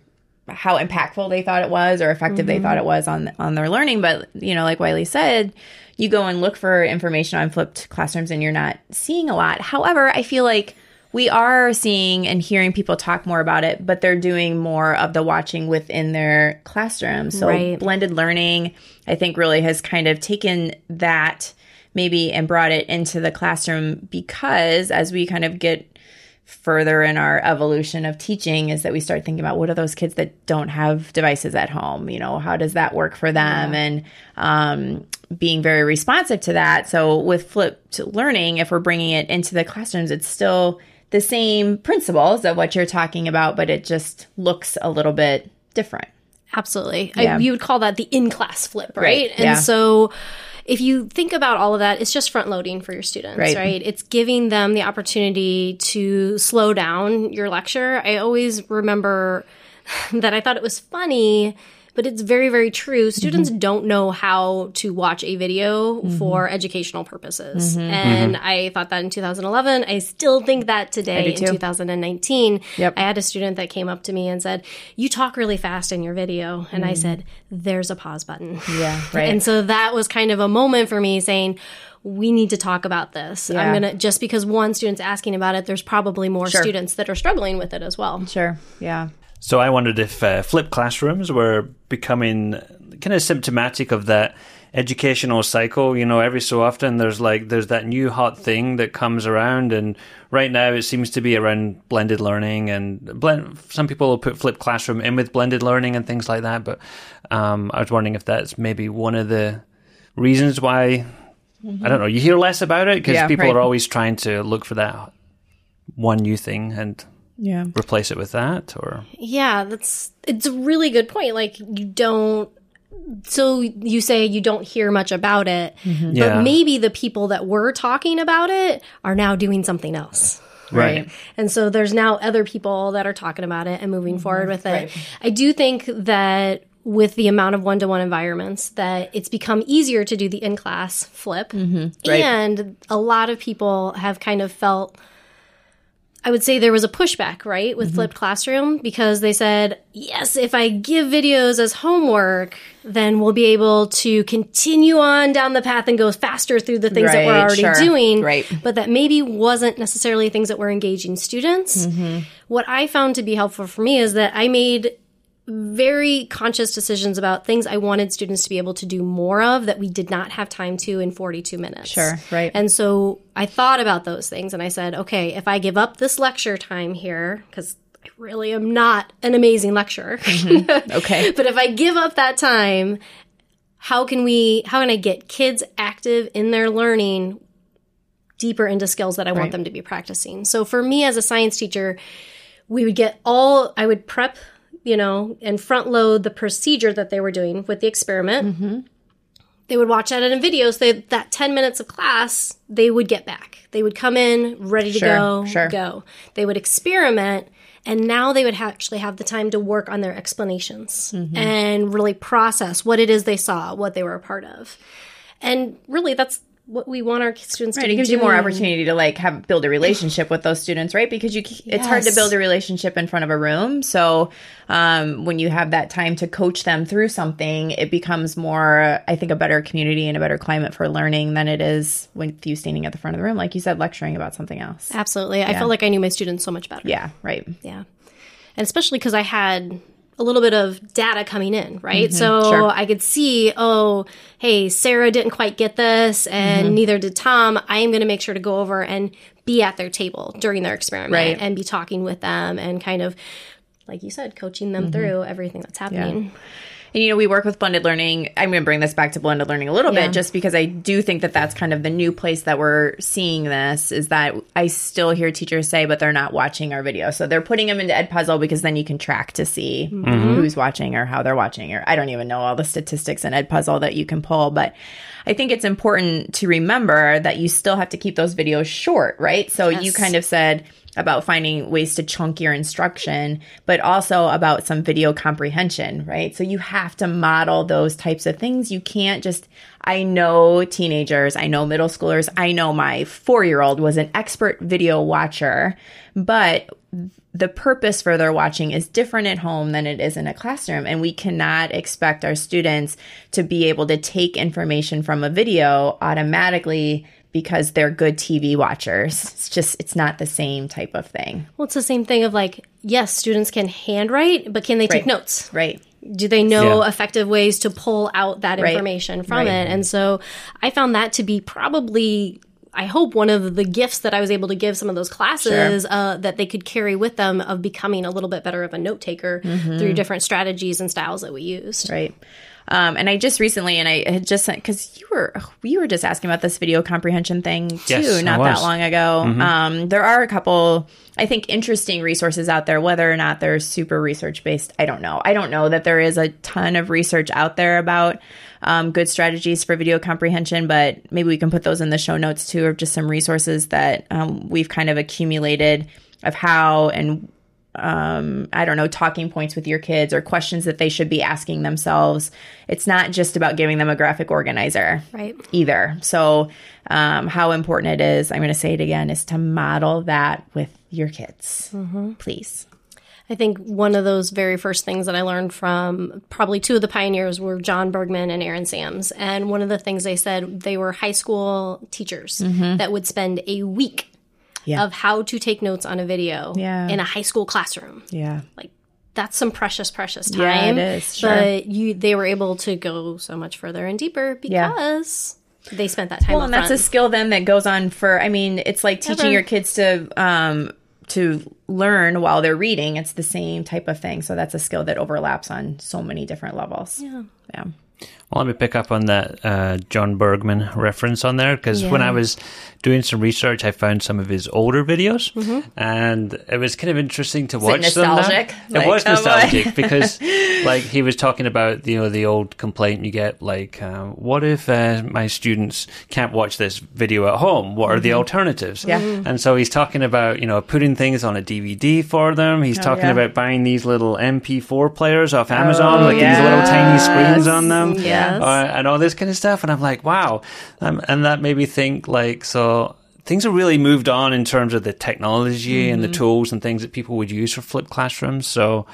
Speaker 3: how impactful they thought it was or effective they thought it was on on their learning but you know like wiley said you go and look for information on flipped classrooms and you're not seeing a lot however i feel like we are seeing and hearing people talk more about it but they're doing more of the watching within their classroom so
Speaker 4: Right.
Speaker 3: blended learning i think really has kind of taken that maybe and brought it into the classroom because as we kind of get further in our evolution of teaching is that we start thinking about what are those kids that don't have devices at home you know how does that work for them and um, being very responsive to that so with flipped learning if we're bringing it into the classrooms it's still the same principles of what you're talking about but it just looks a little bit different
Speaker 4: Absolutely. I, you would call that the in class flip, right?
Speaker 3: Right,
Speaker 4: And
Speaker 3: yeah.
Speaker 4: so if you think about all of that, it's just front loading for your students, right.
Speaker 3: Right.
Speaker 4: It's giving them the opportunity to slow down your lecture. I always remember [LAUGHS] that I thought it was funny. But it's very, very true. Students don't know how to watch a video for educational purposes. And I thought that in 2011. I still think that today in
Speaker 3: too.
Speaker 4: 2019.
Speaker 3: Yep.
Speaker 4: I had a student that came up to me and said, You talk really fast in your video. And I said, There's a pause button.
Speaker 3: yeah Mm. [LAUGHS] right
Speaker 4: And so that was kind of a moment for me saying, we need to talk about this. I'm
Speaker 3: Yeah.
Speaker 4: going to, just because one student's asking about it, there's probably more students that are struggling with it as well.
Speaker 3: sure yeah
Speaker 2: So I wondered if uh, flipped classrooms were becoming kind of symptomatic of that educational cycle. You know, every so often there's like there's that new hot thing that comes around, and right now it seems to be around blended learning and blend. Some people will put flipped classroom in with blended learning and things like that. But um, I was wondering if that's maybe one of the reasons why. I don't know. You hear less about it because
Speaker 3: Yeah,
Speaker 2: people
Speaker 3: right.
Speaker 2: are always trying to look for that one new thing and
Speaker 3: yeah
Speaker 2: replace it with that, or
Speaker 4: Yeah, that's, it's a really good point. Like, you don't, so you say you don't hear much about it,
Speaker 3: Mm-hmm.
Speaker 2: Yeah.
Speaker 4: but maybe the people that were talking about it are now doing something else.
Speaker 3: Right.
Speaker 4: And so there's now other people that are talking about it and moving forward with it. I do think that with the amount of one-to-one environments that it's become easier to do the in-class flip
Speaker 3: Right.
Speaker 4: and a lot of people have kind of felt I would say there was a pushback, right,
Speaker 3: Mm-hmm.
Speaker 4: with flipped classroom because they said, yes, if I give videos as homework, then we'll be able to continue on down the path and go faster through the things that we're
Speaker 3: Right,
Speaker 4: already
Speaker 3: sure.
Speaker 4: doing.
Speaker 3: Right.
Speaker 4: But that maybe wasn't necessarily things that were engaging students.
Speaker 3: Mm-hmm.
Speaker 4: What I found to be helpful for me is that I made very conscious decisions about things I wanted students to be able to do more of that we did not have time to in 42 minutes.
Speaker 3: Sure, right.
Speaker 4: And so I thought about those things and I said, okay, if I give up this lecture time here, because I really am not an amazing lecturer,
Speaker 3: okay
Speaker 4: [LAUGHS] but if I give up that time, how can we, how can I get kids active in their learning deeper into skills that I want them to be practicing? So for me as a science teacher, we would get all, I would prep, you know, and front load the procedure that they were doing with the experiment.
Speaker 3: Mm-hmm.
Speaker 4: They would watch that in videos. They, that 10 minutes of class, they would get back. They would come in ready to
Speaker 3: Sure,
Speaker 4: go,
Speaker 3: sure.
Speaker 4: go. They would experiment, and now they would ha- actually have the time to work on their explanations
Speaker 3: Mm-hmm.
Speaker 4: and really process what it is they saw, what they were a part of. And really, that's what we want our students to
Speaker 3: Right,
Speaker 4: be
Speaker 3: it gives you more
Speaker 4: doing.
Speaker 3: opportunity to like have build a relationship with those students, right? Because you c- it's hard to
Speaker 4: Yes.
Speaker 3: build a relationship in front of a room. So um, when you have that time to coach them through something, it becomes more, I think, a better community and a better climate for learning than it is with you standing at the front of the room, like you said, lecturing about something else.
Speaker 4: Absolutely. I felt like I knew my students so much better.
Speaker 3: Yeah, right.
Speaker 4: Yeah. And especially because I had a little bit of data coming in, right? so
Speaker 3: Mm-hmm. sure.
Speaker 4: I could see, oh, hey, Sarah didn't quite get this, and
Speaker 3: Mm-hmm.
Speaker 4: neither did Tom. I am going to make sure to go over and be at their table during their experiment
Speaker 3: Right.
Speaker 4: and be talking with them and kind of, like you said, coaching
Speaker 3: Mm-hmm.
Speaker 4: them through everything that's happening.
Speaker 3: And you know, we work with blended learning. I'm going to bring this back to blended learning a little
Speaker 4: Yeah.
Speaker 3: bit just because I do think that that's kind of the new place that we're seeing this is that I still hear teachers say, but they're not watching our video. So they're putting them into Puzzle because then you can track to see
Speaker 4: Mm-hmm.
Speaker 3: who's watching or how they're watching. Or I don't even know all the statistics in Puzzle that you can pull, but I think it's important to remember that you still have to keep those videos short, right? So you
Speaker 4: Yes.
Speaker 3: kind of said about finding ways to chunk your instruction, but also about some video comprehension, right? So you have to model those types of things. You can't just, I know teenagers, I know middle schoolers, I know my four year old was an expert video watcher, but the purpose for their watching is different at home than it is in a classroom. And we cannot expect our students to be able to take information from a video automatically because they're good TV watchers. It's just, it's not the same type of thing.
Speaker 4: Well, it's the same thing of like, yes, students can handwrite, but can they take
Speaker 3: Right.
Speaker 4: notes?
Speaker 3: Right.
Speaker 4: do they know
Speaker 2: Yeah.
Speaker 4: effective ways to pull out that information from it and so i found that to be probably I hope one of the gifts that I was able to give some of those classes uh, that they could carry with them of becoming a little bit better of a note taker through different strategies and styles that we used.
Speaker 3: Right. Um, and I just recently, and I had just sent because you were you were just asking about this video comprehension thing too,
Speaker 2: Yes, I
Speaker 3: not that
Speaker 2: was. Mm-hmm.
Speaker 3: long ago. Um, there are a couple, I think, interesting resources out there. Whether or not they're super research based, I don't know. I don't know that there is a ton of research out there about um, good strategies for video comprehension, but maybe we can put those in the show notes too, or just some resources that um, we've kind of accumulated of how and I don't know, talking points with your kids or questions that they should be asking themselves. It's not just about giving them a graphic organizer
Speaker 4: Right.
Speaker 3: either. So, um, how important it is, I'm going to say it again, is to model that with your kids, please.
Speaker 4: I think one of those very first things that I learned from probably two of the pioneers were John Bergman and Aaron Sams. And one of the things they said, they were high school teachers that would spend a week
Speaker 3: Mm-hmm. Yeah.
Speaker 4: of how to take notes on a video
Speaker 3: Yeah.
Speaker 4: in a high school classroom.
Speaker 3: Yeah.
Speaker 4: Like, that's some precious, precious time.
Speaker 3: Yeah, it is, sure.
Speaker 4: But you, they were able to go so much further and deeper
Speaker 3: Yeah.
Speaker 4: because they spent that time.
Speaker 3: Well, and that's a
Speaker 4: upfront.
Speaker 3: skill then that goes on for. I mean, it's like teaching
Speaker 4: Ever.
Speaker 3: your kids to um, to learn while they're reading. It's the same type of thing. So that's a skill that overlaps on so many different levels. Yeah. Yeah.
Speaker 2: Um, Well, let me pick up on that uh, John Bergman reference on there because when I was doing some research, I found some of his older videos, and it was kind of interesting to watch
Speaker 3: Mm-hmm. nostalgic?
Speaker 2: them. now.
Speaker 3: Like,
Speaker 2: it was
Speaker 3: oh boy. [LAUGHS]
Speaker 2: nostalgic because, like, he was talking about you know the old complaint you get, like, uh, what if uh, my students can't watch this video at home? What are the alternatives?
Speaker 3: Mm-hmm. Yeah. Mhm.
Speaker 2: and so he's talking about you know putting things on a DVD for them. He's talking
Speaker 3: Oh, yeah. Oh,
Speaker 2: about buying these little MP4 players off Amazon, like these little tiny screens on them
Speaker 4: Yes.
Speaker 2: uh, and all this kind of stuff. And I'm like, wow. Um, and that made me think like, so things have really moved on in terms of the technology and
Speaker 3: Mm-hmm.
Speaker 2: the tools and things that people would use for flipped classrooms. So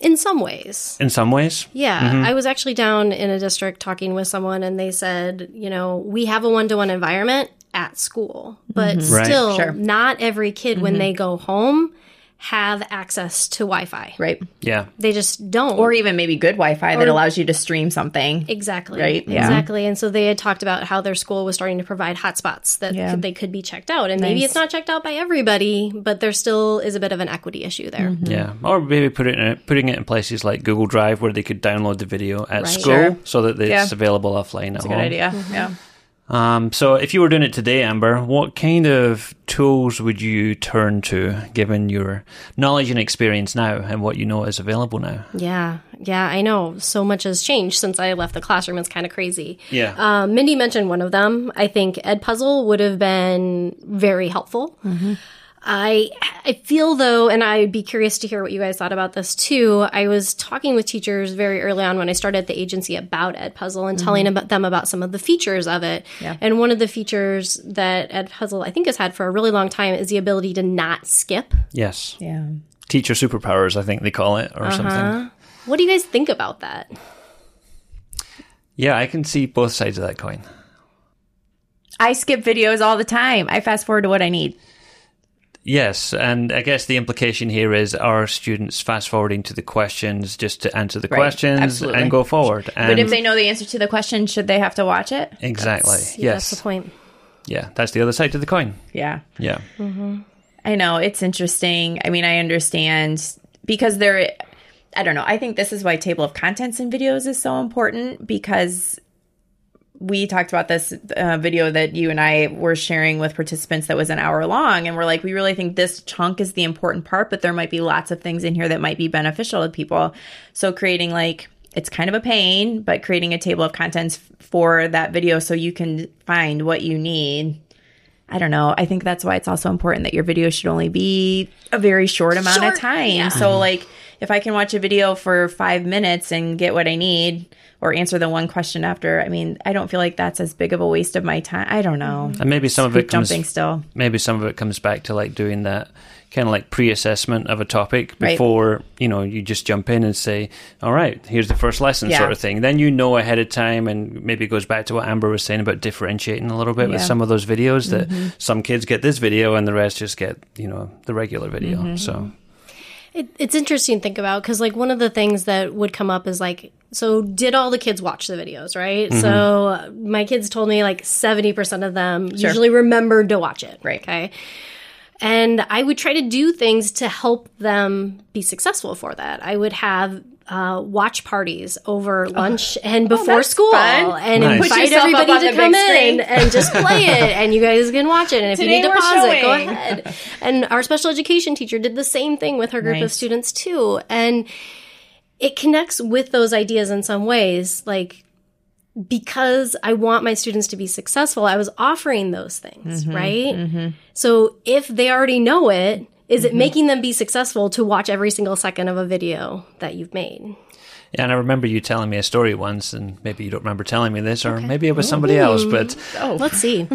Speaker 4: in some ways.
Speaker 2: in some ways,
Speaker 4: Yeah,
Speaker 2: Mm-hmm.
Speaker 4: I was actually down in a district talking with someone, and they said, you know, we have a one to one environment at school, but
Speaker 2: Right. Mm-hmm.
Speaker 4: still,
Speaker 3: Sure.
Speaker 4: not every kid when they go home have access to Wi Fi.
Speaker 3: Right.
Speaker 2: yeah.
Speaker 4: They just don't.
Speaker 3: Or e- even maybe good Wi Fi that allows you to stream something.
Speaker 4: Exactly.
Speaker 3: Right? Yeah.
Speaker 4: Exactly. And so they had talked about how their school was starting to provide hotspots that
Speaker 3: Yeah.
Speaker 4: could, they could be checked out. And maybe it's not checked out by everybody, but there still is a bit of an equity issue there.
Speaker 3: Mm-hmm.
Speaker 2: Yeah, or maybe put it in, putting it in places like Google Drive where they could download the video at school
Speaker 3: Sure.
Speaker 2: so that it's
Speaker 3: Yeah.
Speaker 2: available offline at home.
Speaker 3: Good idea. Yeah.
Speaker 2: Um, so if you were doing it today, Amber, what kind of tools would you turn to given your knowledge and experience now and what you know is available now?
Speaker 3: Mm-hmm.
Speaker 4: Yeah, yeah, I know. So much has changed since I left the classroom. It's kind of crazy.
Speaker 2: Yeah.
Speaker 3: Uh,
Speaker 4: Um, Mindy mentioned one of them. I think Ed Puzzle would have been very helpful. I I feel though, and I'd be curious to hear what you guys thought about this too. I was talking with teachers very early on when I started at the agency about Ed Puzzle and telling about them about some of the features of it. And one of the features that Ed Puzzle I think has had for a really long time is the ability to not skip.
Speaker 2: Yes.
Speaker 3: Yeah.
Speaker 2: teacher superpowers, I think they call it, or
Speaker 3: Uh-huh.
Speaker 2: something.
Speaker 4: What do you guys think about that?
Speaker 2: Yeah, I can see both sides of that coin.
Speaker 3: I skip videos all the time. I fast forward to what I need.
Speaker 2: Yes, and I guess the implication here is are students fast forwarding to the questions just to answer the
Speaker 3: Right,
Speaker 2: questions
Speaker 3: absolutely.
Speaker 2: and go forward? And
Speaker 3: But if they know the answer to the question, should they have to watch it?
Speaker 2: exactly,
Speaker 4: Yeah,
Speaker 2: yes,
Speaker 4: That's the point.
Speaker 2: yeah, that's the other side of the coin.
Speaker 3: Yeah.
Speaker 2: Yeah,
Speaker 3: Mm-hmm. I know. It's interesting. I mean, I understand because there, I don't know. I think this is why table of contents in videos is so important because we talked about this uh, video that you and I were sharing with participants that was an hour long. And we're like, we really think this chunk is the important part, but there might be lots of things in here that might be beneficial to people. So creating like, it's kind of a pain, but creating a table of contents for that video so you can find what you need I don't know. I think that's why it's also important that your video should only be a very short amount
Speaker 4: Short,
Speaker 3: of time. So, like, if I can watch a video for five minutes and get what I need or answer the one question after, I mean, I don't feel like that's as big of a waste of my time. I don't know.
Speaker 2: and maybe some of it
Speaker 3: Keep
Speaker 2: comes
Speaker 3: jumping still.
Speaker 2: maybe some of it comes back to like doing that kind of like pre-assessment of a topic
Speaker 3: Right.
Speaker 2: before you know you just jump in and say all right here's the first lesson
Speaker 3: Yeah.
Speaker 2: sort of thing then you know ahead of time and maybe it goes back to what amber was saying about differentiating a little bit with
Speaker 3: Yeah. Mm-hmm.
Speaker 2: some of those videos
Speaker 3: Mm-hmm.
Speaker 2: that some kids get this video and the rest just get you know the regular video so
Speaker 4: It, it's interesting to think about because, like, one of the things that would come up is like, so did all the kids watch the videos, right?
Speaker 3: Mm-hmm.
Speaker 4: So uh, my kids told me like 70% of them usually remembered to watch it.
Speaker 3: Right.
Speaker 4: Okay. And I would try to do things to help them be successful for that. I would have uh, watch parties over lunch and before
Speaker 3: Oh. that's
Speaker 4: school
Speaker 3: fun.
Speaker 4: and
Speaker 2: Nice. Put
Speaker 4: invite
Speaker 3: yourself up
Speaker 4: everybody
Speaker 3: on
Speaker 4: to
Speaker 3: the
Speaker 4: come
Speaker 3: big
Speaker 4: in
Speaker 3: screen.
Speaker 4: and just play
Speaker 3: [LAUGHS]
Speaker 4: it and you guys can watch it and if
Speaker 3: Today
Speaker 4: you need to
Speaker 3: we're
Speaker 4: pause it go
Speaker 3: showing.
Speaker 4: ahead and our special education teacher did the same thing with her group of
Speaker 3: Nice.
Speaker 4: students too and it connects with those ideas in some ways like because I want my students to be successful, I was offering those things,
Speaker 3: Mm-hmm,
Speaker 4: right? So if they already know it, is
Speaker 3: Mm-hmm.
Speaker 4: it making them be successful to watch every single second of a video that you've made?
Speaker 2: Yeah, and I remember you telling me a story once, and maybe you don't remember telling me this, or maybe it was somebody else. But
Speaker 3: Oh.
Speaker 4: Let's see.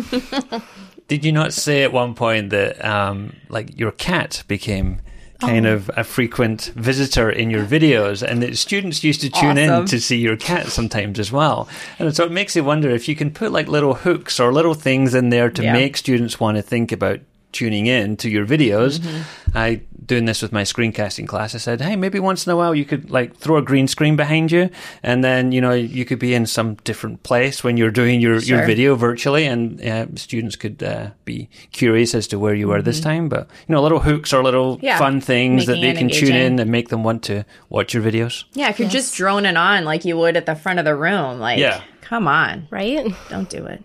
Speaker 2: did you not say at one point that um, like your cat became kind
Speaker 3: Oh.
Speaker 2: of a frequent visitor in your videos, and that students used to tune in
Speaker 3: Awesome.
Speaker 2: to see your cat sometimes as well? And so it makes you wonder if you can put like little hooks or little things in there to
Speaker 3: Yeah.
Speaker 2: make students want to think about tuning in to your videos.
Speaker 3: Mm-hmm.
Speaker 2: I doing this with my screencasting class. I said, "Hey, maybe once in a while you could like throw a green screen behind you and then, you know, you could be in some different place when you're doing your your
Speaker 3: Sure.
Speaker 2: video virtually and uh, students could uh, be curious as to where you were this time, but you know, little hooks or little
Speaker 3: Mm-hmm. Yeah.
Speaker 2: fun things that they
Speaker 3: Making it
Speaker 2: can tune in
Speaker 3: engaging.
Speaker 2: and make them want to watch your videos."
Speaker 3: Yeah, if you're just droning on like you would at the front of the room, like,
Speaker 2: Yeah.
Speaker 3: come on,
Speaker 4: Right?
Speaker 3: [LAUGHS] don't do it.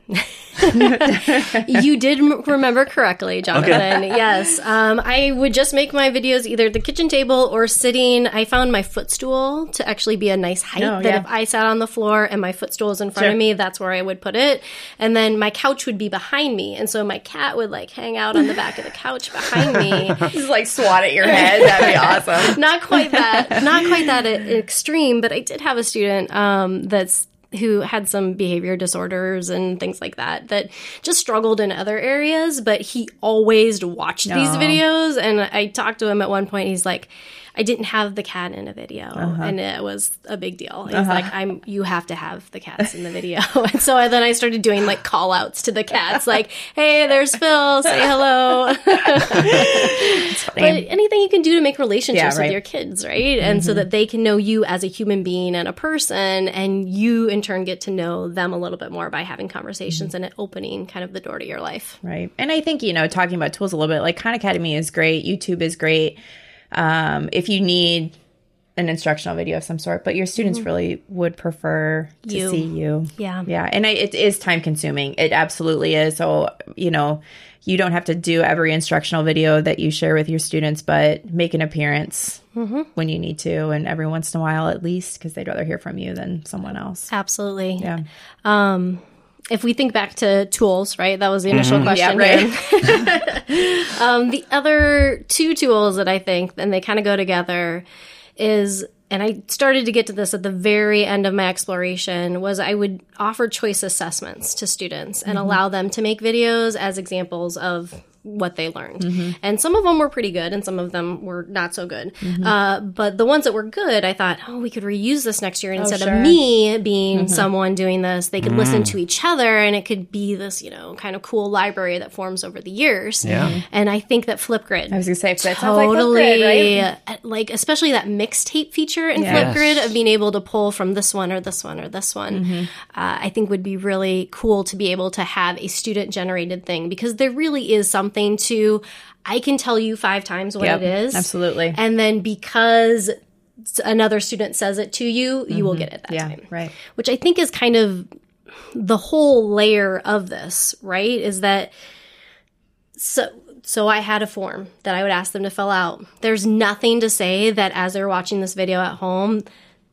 Speaker 4: You did m- remember correctly, Jonathan. [LAUGHS] Yes. Um, I would just make my videos either at the kitchen table or sitting. I found my footstool to actually be a nice height
Speaker 3: Oh,
Speaker 4: that
Speaker 3: yeah.
Speaker 4: if I sat on the floor and my footstool was in front of
Speaker 3: Sure.
Speaker 4: me, that's where I would put it. And then my couch would be behind me. And so my cat would like hang out on the back of the couch behind
Speaker 3: [LAUGHS]
Speaker 4: me.
Speaker 3: Just like swat at your head. [LAUGHS] That'd be awesome.
Speaker 4: [LAUGHS] not quite that not quite that e- extreme but i did have a student um, that's who had some behavior disorders and things like that that just struggled in other areas but he always watched these
Speaker 3: Aw.
Speaker 4: videos and i talked to him at one point he's like I didn't have the cat in a video, and it was a big deal. He's like, "I'm, you have to have the cats in the video." [LAUGHS] and so I, then I started doing like call outs to the cats, like, "Hey, there's Phil. Say hello." [LAUGHS] But anything you can do to make relationships
Speaker 3: Yeah, right. Mm-hmm.
Speaker 4: with your kids, right? And so that they can know you as a human being and a person, and you in turn get to know them a little bit more by having conversations
Speaker 3: Mm-hmm.
Speaker 4: and it opening kind of the door to your life.
Speaker 3: Right. And I think, you know, talking about tools a little bit, like Khan Academy is great, YouTube is great. Um, if you need an instructional video of some sort, but your students really would prefer to
Speaker 4: Mm-hmm. You.
Speaker 3: see you.
Speaker 4: Yeah.
Speaker 3: Yeah. And I, it is time consuming. It absolutely is. So, you know, you don't have to do every instructional video that you share with your students, but make an appearance
Speaker 4: Mm-hmm.
Speaker 3: when you need to. And every once in a while, at least, because they'd rather hear from you than someone else.
Speaker 4: Absolutely.
Speaker 3: Yeah.
Speaker 4: If we think back to tools, right? That was the initial
Speaker 3: Mm-hmm.
Speaker 4: question. here. um, the other two tools that I think, and they kind of go together, is and I started to get to this at the very end of my exploration was I would offer choice assessments to students and allow them to make videos as examples of what they learned. And some of them were pretty good and some of them were not so good. Uh, but the ones that were good, I thought, oh, we could reuse this next year instead of me being someone doing this. They could listen to each other and it could be this, you know, kind of cool library that forms over the years.
Speaker 3: Mm-hmm.
Speaker 2: Yeah.
Speaker 4: And I think that Flipgrid
Speaker 3: [LAUGHS] I was going to say, that sounds like
Speaker 4: totally
Speaker 3: totally. right?
Speaker 4: uh, like especially that mixtape feature in
Speaker 2: Yes.
Speaker 4: flipgrid of being able to pull from this one or this one or this one
Speaker 3: Mm-hmm.
Speaker 4: uh, i think would be really cool to be able to have a student generated thing because there really is something to i can tell you five times what
Speaker 3: Yep,
Speaker 4: it is
Speaker 3: absolutely.
Speaker 4: and then because s- another student says it to you you will get it that
Speaker 3: Mm-hmm. Yeah.
Speaker 4: time
Speaker 3: Right.
Speaker 4: which I think is kind of the whole layer of this, right? Is that so so I had a form that I would ask them to fill out. There's nothing to say that as they're watching this video at home,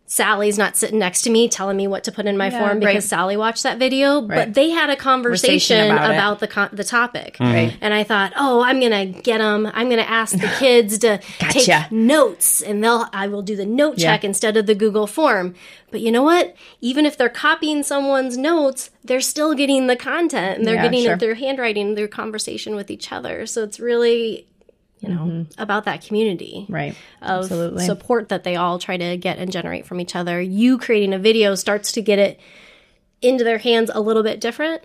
Speaker 4: Sally's not sitting next to me telling me what to put in my form because
Speaker 3: right.
Speaker 4: Sally watched that video, but they had a conversation
Speaker 3: Conversation
Speaker 4: about,
Speaker 3: about it.
Speaker 4: the con- the topic.
Speaker 3: Right.
Speaker 4: And I thought, "Oh, I'm going to get them. I'm going to ask
Speaker 3: [LAUGHS]
Speaker 4: the kids to
Speaker 3: Gotcha.
Speaker 4: take notes and they'll I will do the note
Speaker 3: Yeah.
Speaker 4: check instead of the Google form. But you know what? Even if they're copying someone's notes, they're still getting the content and they're
Speaker 3: Yeah,
Speaker 4: getting
Speaker 3: sure.
Speaker 4: it through handwriting, their conversation with each other. So it's really, you know, about that community
Speaker 3: Right.
Speaker 4: of
Speaker 3: Mm-hmm. Absolutely.
Speaker 4: support that they all try to get and generate from each other. You
Speaker 3: Mm-hmm.
Speaker 4: creating a video starts to get it into their hands a little bit different.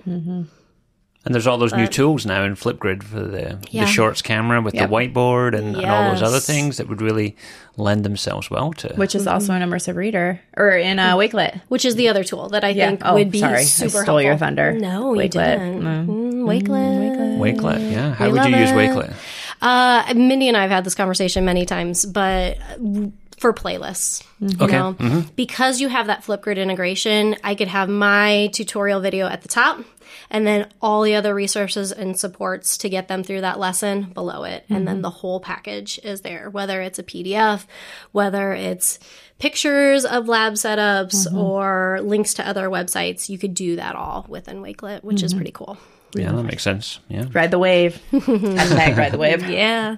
Speaker 2: And there's all those new tools now in Flipgrid for the,
Speaker 4: Yeah.
Speaker 2: the shorts camera with
Speaker 3: Yep.
Speaker 2: the whiteboard and, and all those other
Speaker 4: Yes.
Speaker 2: things that would really lend themselves well to.
Speaker 3: which is also an immersive reader or in uh, Wakelet.
Speaker 4: which is the other tool that I
Speaker 3: Yeah.
Speaker 4: think
Speaker 3: Oh,
Speaker 4: would be
Speaker 3: sorry. I
Speaker 4: super
Speaker 3: stole
Speaker 4: helpful.
Speaker 3: your thunder.
Speaker 4: No, you
Speaker 3: Wakelet.
Speaker 4: didn't. Mm, Wakelet.
Speaker 2: Wakelet, yeah. How
Speaker 4: We
Speaker 2: would you
Speaker 4: love
Speaker 2: use
Speaker 4: it.
Speaker 2: Wakelet?
Speaker 4: Uh, Mindy and I have had this conversation many times, but for playlists. You
Speaker 2: Okay.
Speaker 4: know? Because you have that Flipgrid integration, I could have my tutorial video at the top and then all the other resources and supports to get them through that lesson below it. And then the whole package is there, whether it's a PDF, whether it's pictures of lab setups or links to other websites. You could do that all within Wakelet, which is pretty cool.
Speaker 2: Yeah, that makes sense. Yeah.
Speaker 3: Ride the [LAUGHS] wave. Hashtag ride the wave.
Speaker 4: Yeah.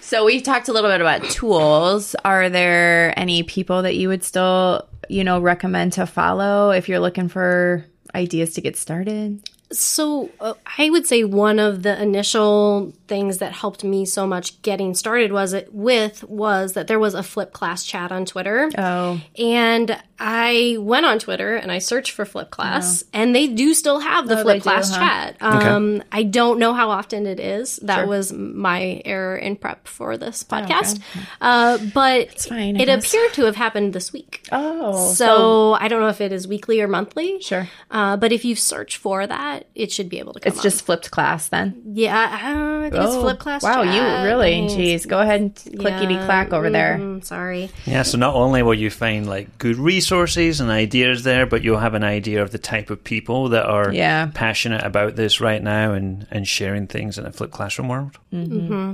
Speaker 3: So we've talked a little bit about tools. Are there any people that you would still, you know, recommend to follow if you're looking for ideas to get started?
Speaker 4: So, uh, I would say one of the initial things that helped me so much getting started was it with was that there was a flip class chat on Twitter.
Speaker 3: Oh,
Speaker 4: And I went on Twitter and I searched for Flip Class, and they do still have the Flip
Speaker 3: Oh. do,
Speaker 4: Class
Speaker 3: huh?
Speaker 4: chat. Um, I don't know how often it is. That
Speaker 3: Sure.
Speaker 4: was my error in prep for this podcast, uh, but
Speaker 3: Oh, fine, I
Speaker 4: it
Speaker 3: guess.
Speaker 4: appeared to have happened this week.
Speaker 3: oh,
Speaker 4: So I don't know if it is weekly or monthly.
Speaker 3: Sure.
Speaker 4: Uh, but if you search for that, it should be able to come
Speaker 3: it's
Speaker 4: up.
Speaker 3: just flipped class then.
Speaker 4: Yeah, uh, I think it's flip class.
Speaker 3: Oh. Wow,
Speaker 4: chat.
Speaker 3: you really,
Speaker 4: Thanks.
Speaker 3: jeez, go ahead and clickety clack over there.
Speaker 4: Mm, sorry.
Speaker 2: Yeah, so not only will you find like good resources and ideas there, but you'll have an idea of the type of people that are
Speaker 3: Yeah.
Speaker 2: passionate about this right now and, and sharing things in a flip classroom world.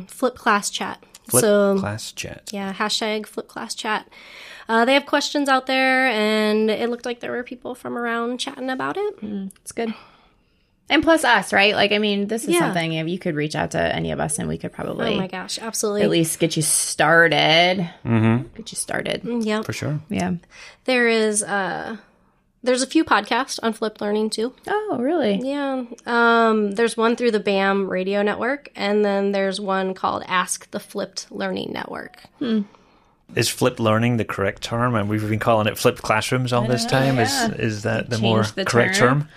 Speaker 4: Flip class chat.
Speaker 2: Flip
Speaker 4: so
Speaker 2: class chat.
Speaker 4: yeah, hashtag flip class chat. Uh, they have questions out there, and it looked like there were people from around chatting about it. Oh
Speaker 3: It's good. And plus us, right? Like, I mean, this is
Speaker 4: Yeah.
Speaker 3: something if you could reach out to any of us, and we could probably
Speaker 4: Oh my gosh, absolutely.
Speaker 3: at least get you started. Mm-hmm. Get you started.
Speaker 4: Yep.
Speaker 2: For sure.
Speaker 3: Yeah.
Speaker 4: There is uh, there's a few podcasts on Flip Learning too.
Speaker 3: Oh, really?
Speaker 4: Yeah. Um, there's one through the BAM radio network, and then there's one called Ask the Flipped Learning Network.
Speaker 2: Is flip learning the correct term? And we've been calling it flipped classrooms all this time. Is is that the more
Speaker 3: Change the
Speaker 2: correct
Speaker 3: term.
Speaker 2: term?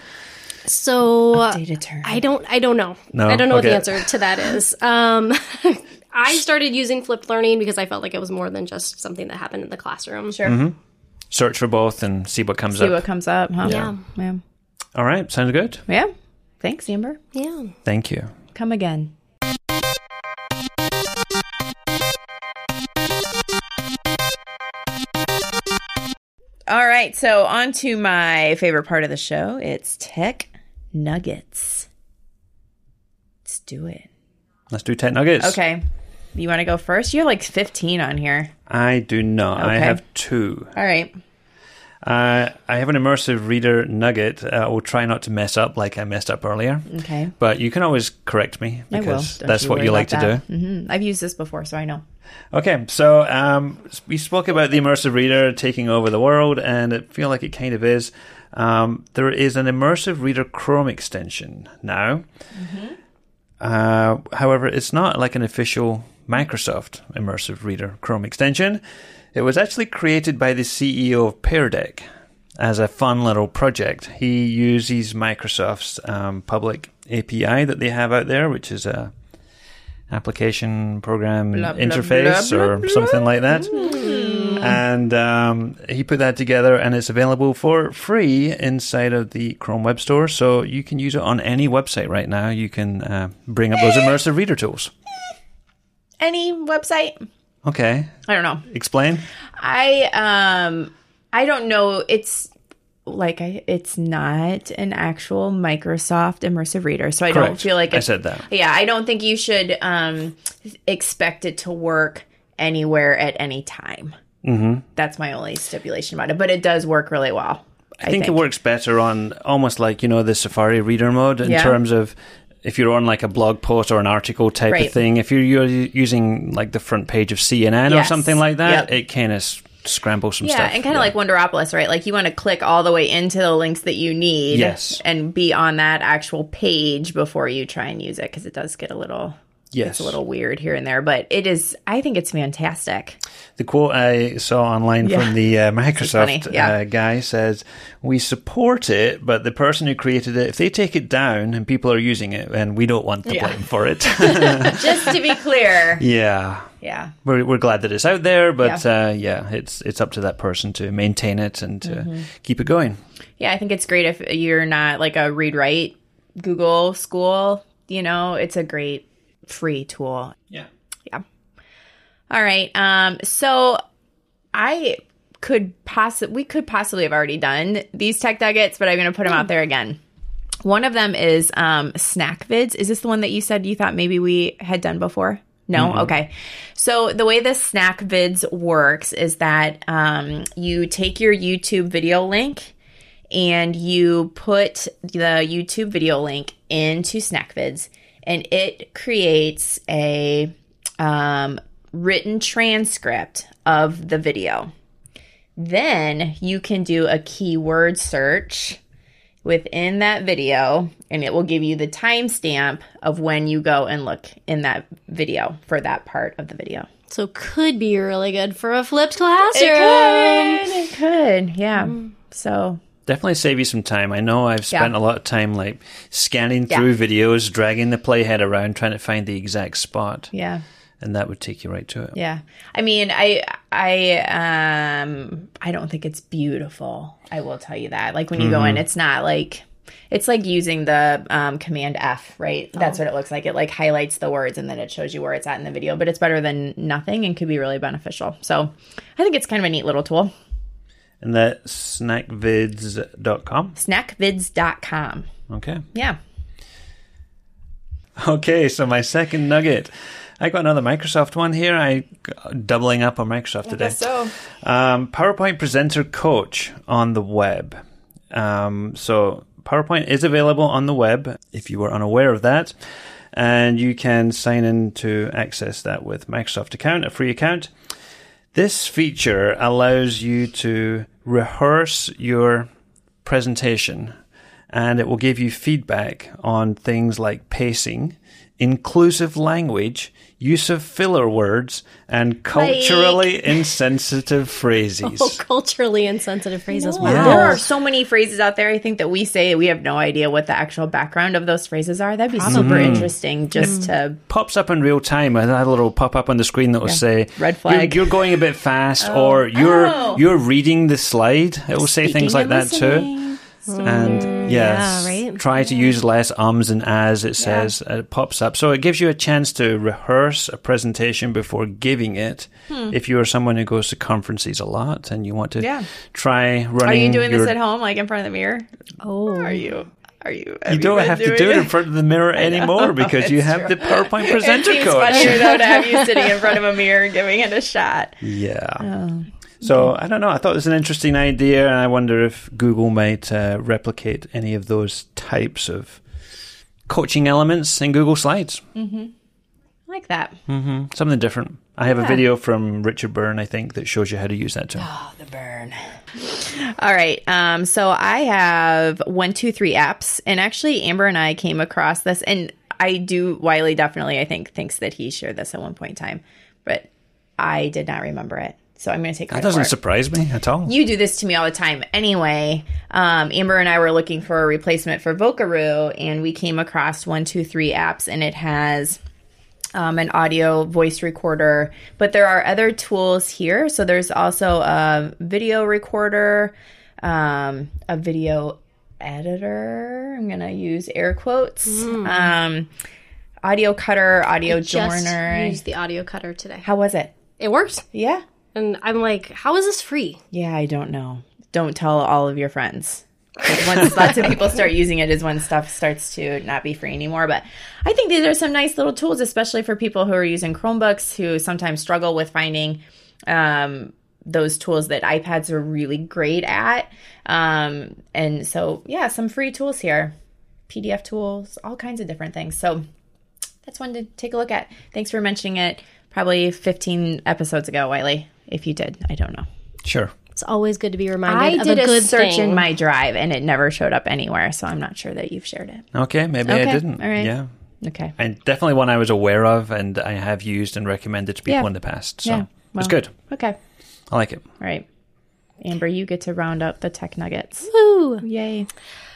Speaker 4: So
Speaker 3: Dated term.
Speaker 4: I don't I don't know.
Speaker 2: No?
Speaker 4: I don't know
Speaker 2: Okay.
Speaker 4: what the answer to that is. Um, [LAUGHS] I started using flipped learning because I felt like it was more than just something that happened in the classroom. Sure.
Speaker 2: Mm-hmm. Search for both and see what comes
Speaker 3: See
Speaker 2: up.
Speaker 3: what comes up, huh?
Speaker 4: Yeah.
Speaker 3: Yeah.
Speaker 2: all right, sounds good.
Speaker 3: Yeah. Thanks, Amber.
Speaker 4: Yeah.
Speaker 2: Thank you.
Speaker 3: Come again. All right, so on to my favorite part of the show. It's tech nuggets. Let's do it.
Speaker 2: Let's do tech nuggets.
Speaker 3: Okay. You want to go first? You're like 15 on here.
Speaker 2: I do not. I
Speaker 3: Okay.
Speaker 2: have two.
Speaker 3: All right.
Speaker 2: Uh, I have an immersive reader nugget. Uh, I will try not to mess up like I messed up earlier.
Speaker 3: Okay.
Speaker 2: But you can always correct me
Speaker 3: Mm. I will.
Speaker 2: because that's what you like to do.
Speaker 3: do. hmm I've used this before, so I know.
Speaker 2: Okay, so um, we spoke about the immersive reader taking over the world, and I feel like it kind of is. Um, there is an immersive reader Chrome extension now. Uh, however, it's not like an official Microsoft immersive reader Chrome extension. It was actually created by the CEO of Pear Deck as a fun little project. He uses Microsoft's um, public API that they have out there, which is a application program
Speaker 3: Blah, blah,
Speaker 2: interface
Speaker 3: blah, blah,
Speaker 2: or
Speaker 3: blah. Hmm.
Speaker 2: something like that. [LAUGHS] And um, he put that together, and it's available for free inside of the Chrome Web Store. So you can use it on any website right now. You can uh, bring up those immersive reader tools.
Speaker 3: Any website?
Speaker 2: Okay,
Speaker 3: I don't know.
Speaker 2: explain.
Speaker 3: I um I don't know. It's like I it's not an actual Microsoft immersive reader, so I don't
Speaker 2: Correct.
Speaker 3: feel like
Speaker 2: I
Speaker 3: it's-
Speaker 2: said that.
Speaker 3: Yeah, I don't think you should um expect it to work anywhere at any time. Mm-hmm. That's my only stipulation about it, but it does work really well.
Speaker 2: I think, it works better on almost like you know the Safari reader mode in
Speaker 3: Yeah.
Speaker 2: terms of if you're on like a blog post or an article type
Speaker 3: Right.
Speaker 2: of thing. If you're, you're using like the front page of CNN or
Speaker 3: Yes.
Speaker 2: something like that,
Speaker 3: Yep.
Speaker 2: it kind of scrambles some
Speaker 3: Yeah,
Speaker 2: stuff.
Speaker 3: and kind of like Wonderopolis, right? Like you want to click all the way into the links that you need,
Speaker 2: Yes.
Speaker 3: and be on that actual page before you try and use it because it does get a little
Speaker 2: Yes.
Speaker 3: It's a little weird here and there, but it is. I think it's fantastic.
Speaker 2: The quote I saw online from the uh, Microsoft
Speaker 3: funny, yeah.
Speaker 2: uh, guy says, "We support it, but the person who created it, if they take it down and people are using it, then we don't want the blame for
Speaker 3: [LAUGHS]
Speaker 2: it."
Speaker 3: Just to be clear,
Speaker 2: yeah,
Speaker 3: yeah,
Speaker 2: we're we're glad that it's out there, but yeah, uh, yeah it's it's up to that person to maintain it and to
Speaker 3: Mm-hmm.
Speaker 2: keep it going.
Speaker 3: yeah. I think it's great if you're not like a read write Google school. You know, it's a great free tool.
Speaker 2: Yeah.
Speaker 3: All right. Um, so I could possibly we could possibly have already done these tech nuggets, but I'm going to put them out there again. One of them is um, snack vids. Is this the one that you said you thought maybe we had done before? No. Okay. So the way this snack vids works is that um, you take your YouTube video link and you put the YouTube video link into SnackVids, and it creates a um, written transcript of the video. Then you can do a keyword search within that video, and it will give you the timestamp of when you go and look in that video for that part of the video.
Speaker 4: So could be really good for a flipped classroom.
Speaker 3: It could, yeah. So
Speaker 2: Definitely save you some time. I know I've spent a lot of time like scanning through videos, dragging the playhead around, trying to find the exact spot,
Speaker 3: yeah.
Speaker 2: and that would take you right to it.
Speaker 3: Yeah. I mean, I I um I don't think it's beautiful. I will tell you that. Like when you go
Speaker 2: Mm-hmm.
Speaker 3: in, it's not like it's like using the um, command F, right? That's
Speaker 2: Oh.
Speaker 3: what it looks like. It like highlights the words and then it shows you where it's at in the video, but it's better than nothing and could be really beneficial. So I think it's kind of a neat little tool.
Speaker 2: And that's snackvids.com.
Speaker 3: Snackvids.com.
Speaker 2: Okay.
Speaker 3: Yeah.
Speaker 2: [LAUGHS] Okay, so my second nugget. I got another Microsoft one here. I uh, doubling up on Microsoft today. Um, PowerPoint Presenter Coach on the web. Um, so PowerPoint is available on the web if you were unaware of that, and you can sign in to access that with Microsoft account, a free account. This feature allows you to rehearse your presentation and it will give you feedback on things like pacing, inclusive language, use of filler words, and culturally insensitive phrases.
Speaker 4: Oh, culturally insensitive phrases.
Speaker 2: Yeah.
Speaker 4: Wow.
Speaker 3: There are so many phrases out there, I think, that we say we have no idea what the actual background of those phrases are. That'd be super
Speaker 2: Mm-hmm.
Speaker 3: interesting just to
Speaker 2: Pops up in real time. I had a little pop up on the screen that will say
Speaker 3: Red
Speaker 2: "You're-
Speaker 3: flag."
Speaker 2: You're, going a bit fast, or you're
Speaker 3: Oh.
Speaker 2: you're reading the slide. It will say things like
Speaker 3: Speaking
Speaker 2: that
Speaker 3: and listening.
Speaker 2: too. and yes,
Speaker 4: yeah, right.
Speaker 2: try to use less ums and as it says it pops up. So it gives you a chance to rehearse a presentation before giving it. If you are someone who goes to conferences a lot and you want to
Speaker 3: Hmm. Yeah.
Speaker 2: try running,
Speaker 3: Are you doing
Speaker 2: your-
Speaker 3: this at home, like in front of the mirror?
Speaker 4: Oh,
Speaker 3: Are you? Are you?
Speaker 2: You don't have to do it in front of the
Speaker 3: [LAUGHS]
Speaker 2: mirror anymore because you have the PowerPoint presenter
Speaker 3: It's
Speaker 2: coach.
Speaker 3: funnier though to
Speaker 2: [LAUGHS]
Speaker 3: have you sitting in front of a mirror giving it a shot.
Speaker 2: Yeah.
Speaker 3: Oh.
Speaker 2: So I don't know. I thought it was an interesting idea, and I wonder if Google might uh, replicate any of those types of coaching elements in Google Slides.
Speaker 3: Mm. I like that.
Speaker 2: Hmm. Something different. I have a video from Richard Byrne, I think, that shows you how to use that
Speaker 3: [GASPS]
Speaker 2: term.
Speaker 3: The burn. All right. Um, so I have one, two, three apps, and actually Amber and I came across this, and I do Wiley definitely I think thinks that he shared this at one point in time, but I did not remember it. So I'm going to take
Speaker 2: that
Speaker 3: credit for
Speaker 2: doesn't
Speaker 3: it.
Speaker 2: surprise me at all.
Speaker 3: you do this to me all the time anyway um, amber and i were looking for a replacement for vocaroo and we came across one two three apps and it has um, an audio voice recorder but there are other tools here so there's also a video recorder um, a video editor i'm gonna use air quotes um, audio cutter audio
Speaker 4: Hmm. just
Speaker 3: joiner
Speaker 4: used the audio cutter today.
Speaker 3: how was it
Speaker 4: It worked,
Speaker 3: yeah
Speaker 4: and I'm like, how is this free?
Speaker 3: Yeah, I don't know. Don't tell all of your friends. 'Cause Once [LAUGHS] lots of people start using it is when stuff starts to not be free anymore. But I think these are some nice little tools, especially for people who are using Chromebooks who sometimes struggle with finding um, those tools that iPads are really great at. Um, and so, yeah, some free tools here PDF tools, all kinds of different things. So that's one to take a look at. Thanks for mentioning it probably 15 episodes ago, Wiley, if you did. I don't know.
Speaker 2: Sure.
Speaker 4: It's always good to be
Speaker 3: I
Speaker 4: reminded
Speaker 3: did
Speaker 4: of a
Speaker 3: a,
Speaker 4: good
Speaker 3: search
Speaker 4: thing.
Speaker 3: in my drive and it never showed up anywhere, so I'm not sure that you've shared it.
Speaker 2: Okay, maybe I
Speaker 3: Okay,
Speaker 2: didn't.
Speaker 3: all right.
Speaker 2: Yeah.
Speaker 3: Okay.
Speaker 2: and definitely one I was aware of and I have used and recommended to people
Speaker 3: Yeah.
Speaker 2: in the past. So
Speaker 3: Yeah.
Speaker 2: it's
Speaker 3: Well.
Speaker 2: good.
Speaker 3: Okay.
Speaker 2: I like it.
Speaker 3: All right. Amber, you get to round up the tech nuggets.
Speaker 4: Woo!
Speaker 3: Yay.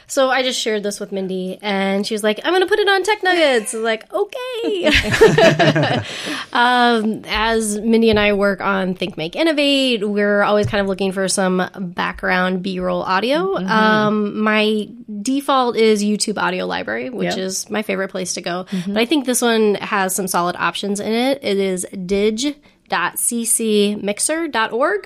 Speaker 4: So I just shared this with Mindy, and she was like, "I'm going to put it on Tech Nuggets." I was like, "Okay."
Speaker 3: [LAUGHS]
Speaker 4: um, as Mindy and I work on Think, Make, Innovate, we're always kind of looking for some background B-roll audio.
Speaker 3: Mm-hmm.
Speaker 4: Um, my default is YouTube Audio Library, which
Speaker 3: Yep. Mm-hmm.
Speaker 4: is my favorite place to go. But I think this one has some solid options in it. It is dig.ccmixer.org.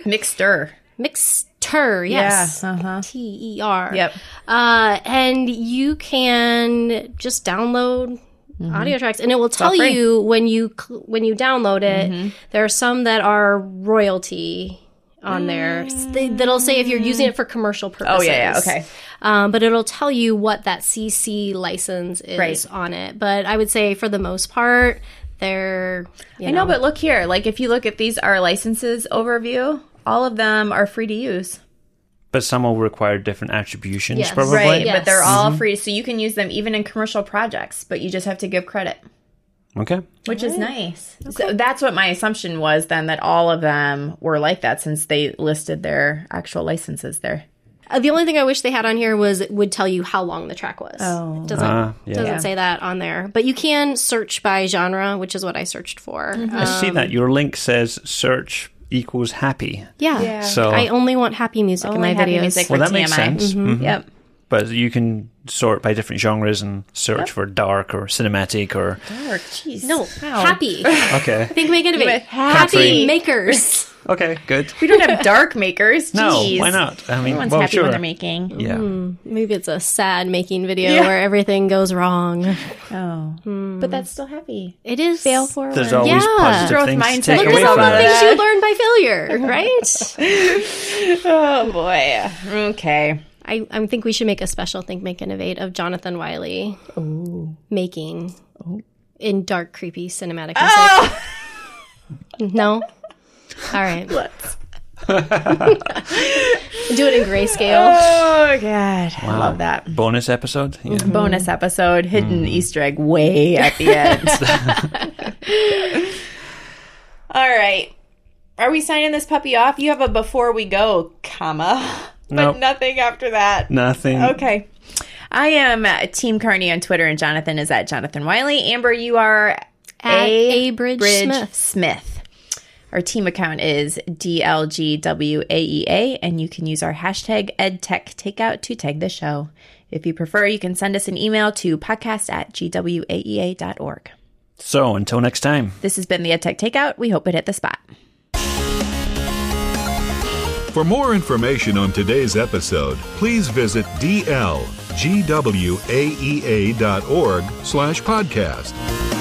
Speaker 3: Mixter.
Speaker 4: Mixter, yes.
Speaker 3: Yeah, uh-huh.
Speaker 4: T E R.
Speaker 3: Yep.
Speaker 4: Uh, and you can just download audio tracks, and it will tell
Speaker 3: Mm-hmm. free. Mm-hmm.
Speaker 4: you when you cl- when you download it. There are some that are royalty on there S- they, that'll say if you're using it for commercial purposes.
Speaker 3: Mm. Oh, yeah, yeah. Okay.
Speaker 4: Um, but it'll tell you what that CC license is
Speaker 3: Right.
Speaker 4: on it. But I would say for the most part, they're you
Speaker 3: I know, but look here. Like, if you look at these, our licenses overview, all of them are free to use.
Speaker 2: But some will require different attributions,
Speaker 4: Yes.
Speaker 2: probably.
Speaker 3: Right.
Speaker 4: Yes.
Speaker 3: But they're all
Speaker 2: Mm-hmm.
Speaker 3: free. So you can use them even in commercial projects, but you just have to give credit,
Speaker 2: Okay.
Speaker 3: which is nice. So that's what my assumption was then that all of them were like that since they listed their actual licenses there.
Speaker 4: Uh, the only thing I wish they had on here was it would tell you how long the track was. Oh, doesn't
Speaker 2: Ah, yeah.
Speaker 4: doesn't say that on there. But you can search by genre, which is what I searched for.
Speaker 2: I
Speaker 4: Uh,
Speaker 2: see that. Your link says search equals happy.
Speaker 4: yeah.
Speaker 2: So,
Speaker 4: I only want happy music
Speaker 3: Only
Speaker 4: in my
Speaker 3: happy
Speaker 4: videos.
Speaker 3: music
Speaker 2: well,
Speaker 3: with
Speaker 2: that makes
Speaker 3: TMI.
Speaker 2: sense.
Speaker 4: Mm-hmm.
Speaker 2: Mhm.
Speaker 3: Yep.
Speaker 2: But you can sort by different genres and search for dark or cinematic
Speaker 4: [GASPS]
Speaker 2: or.
Speaker 3: Dark. Oh, Jeez.
Speaker 4: No, happy. I
Speaker 2: Okay.
Speaker 4: think make it a
Speaker 2: Country.
Speaker 4: bit. Happy makers. [LAUGHS]
Speaker 2: okay, good.
Speaker 3: We don't have dark makers.
Speaker 2: No,
Speaker 3: Jeez.
Speaker 2: why not? I mean,
Speaker 3: Everyone's
Speaker 2: well,
Speaker 3: happy
Speaker 2: sure.
Speaker 3: when they're making.
Speaker 2: yeah.
Speaker 4: Maybe it's a sad making video where everything goes wrong.
Speaker 3: Oh. But that's still happy.
Speaker 4: It is fail forward.
Speaker 2: There's always
Speaker 4: Yeah.
Speaker 2: positive
Speaker 3: Growth
Speaker 2: things to
Speaker 3: mindset
Speaker 2: take
Speaker 4: Look
Speaker 3: Get
Speaker 4: at
Speaker 2: away
Speaker 3: yourself
Speaker 4: all
Speaker 2: from
Speaker 4: the
Speaker 3: out of
Speaker 2: that.
Speaker 4: things
Speaker 3: that.
Speaker 4: you learn by failure, right?
Speaker 3: Oh boy. Okay.
Speaker 4: I, I think we should make a special Think Make Innovate of Jonathan Wiley making in dark, creepy cinematic music. no? All right. [LAUGHS] Do it in grayscale.
Speaker 3: Oh god. Mm. I love that.
Speaker 2: Bonus episode. Yeah.
Speaker 4: Mm-hmm.
Speaker 3: Bonus episode, hidden
Speaker 2: Mm.
Speaker 3: Easter egg way at the
Speaker 2: [LAUGHS]
Speaker 3: end. [LAUGHS] All right. Are we signing this puppy off? You have a before we go, comma. [LAUGHS]
Speaker 2: Nope.
Speaker 3: But nothing after that.
Speaker 2: Nothing.
Speaker 3: Okay. I am uh, Team Carney on Twitter, and Jonathan is at Jonathan Wiley. Amber, you are
Speaker 4: At A. Bridge Smith.
Speaker 3: Smith. Our team account is DLGWAEA, E and you can use our hashtag EdTechTakeout to tag the show. If you prefer, you can send us an email to podcast at E GWAEA.org.
Speaker 2: So until next time.
Speaker 3: This has been the EdTech Takeout. We hope it hit the spot.
Speaker 1: For more information on today's episode, please visit E dlgwaea.org slash podcast.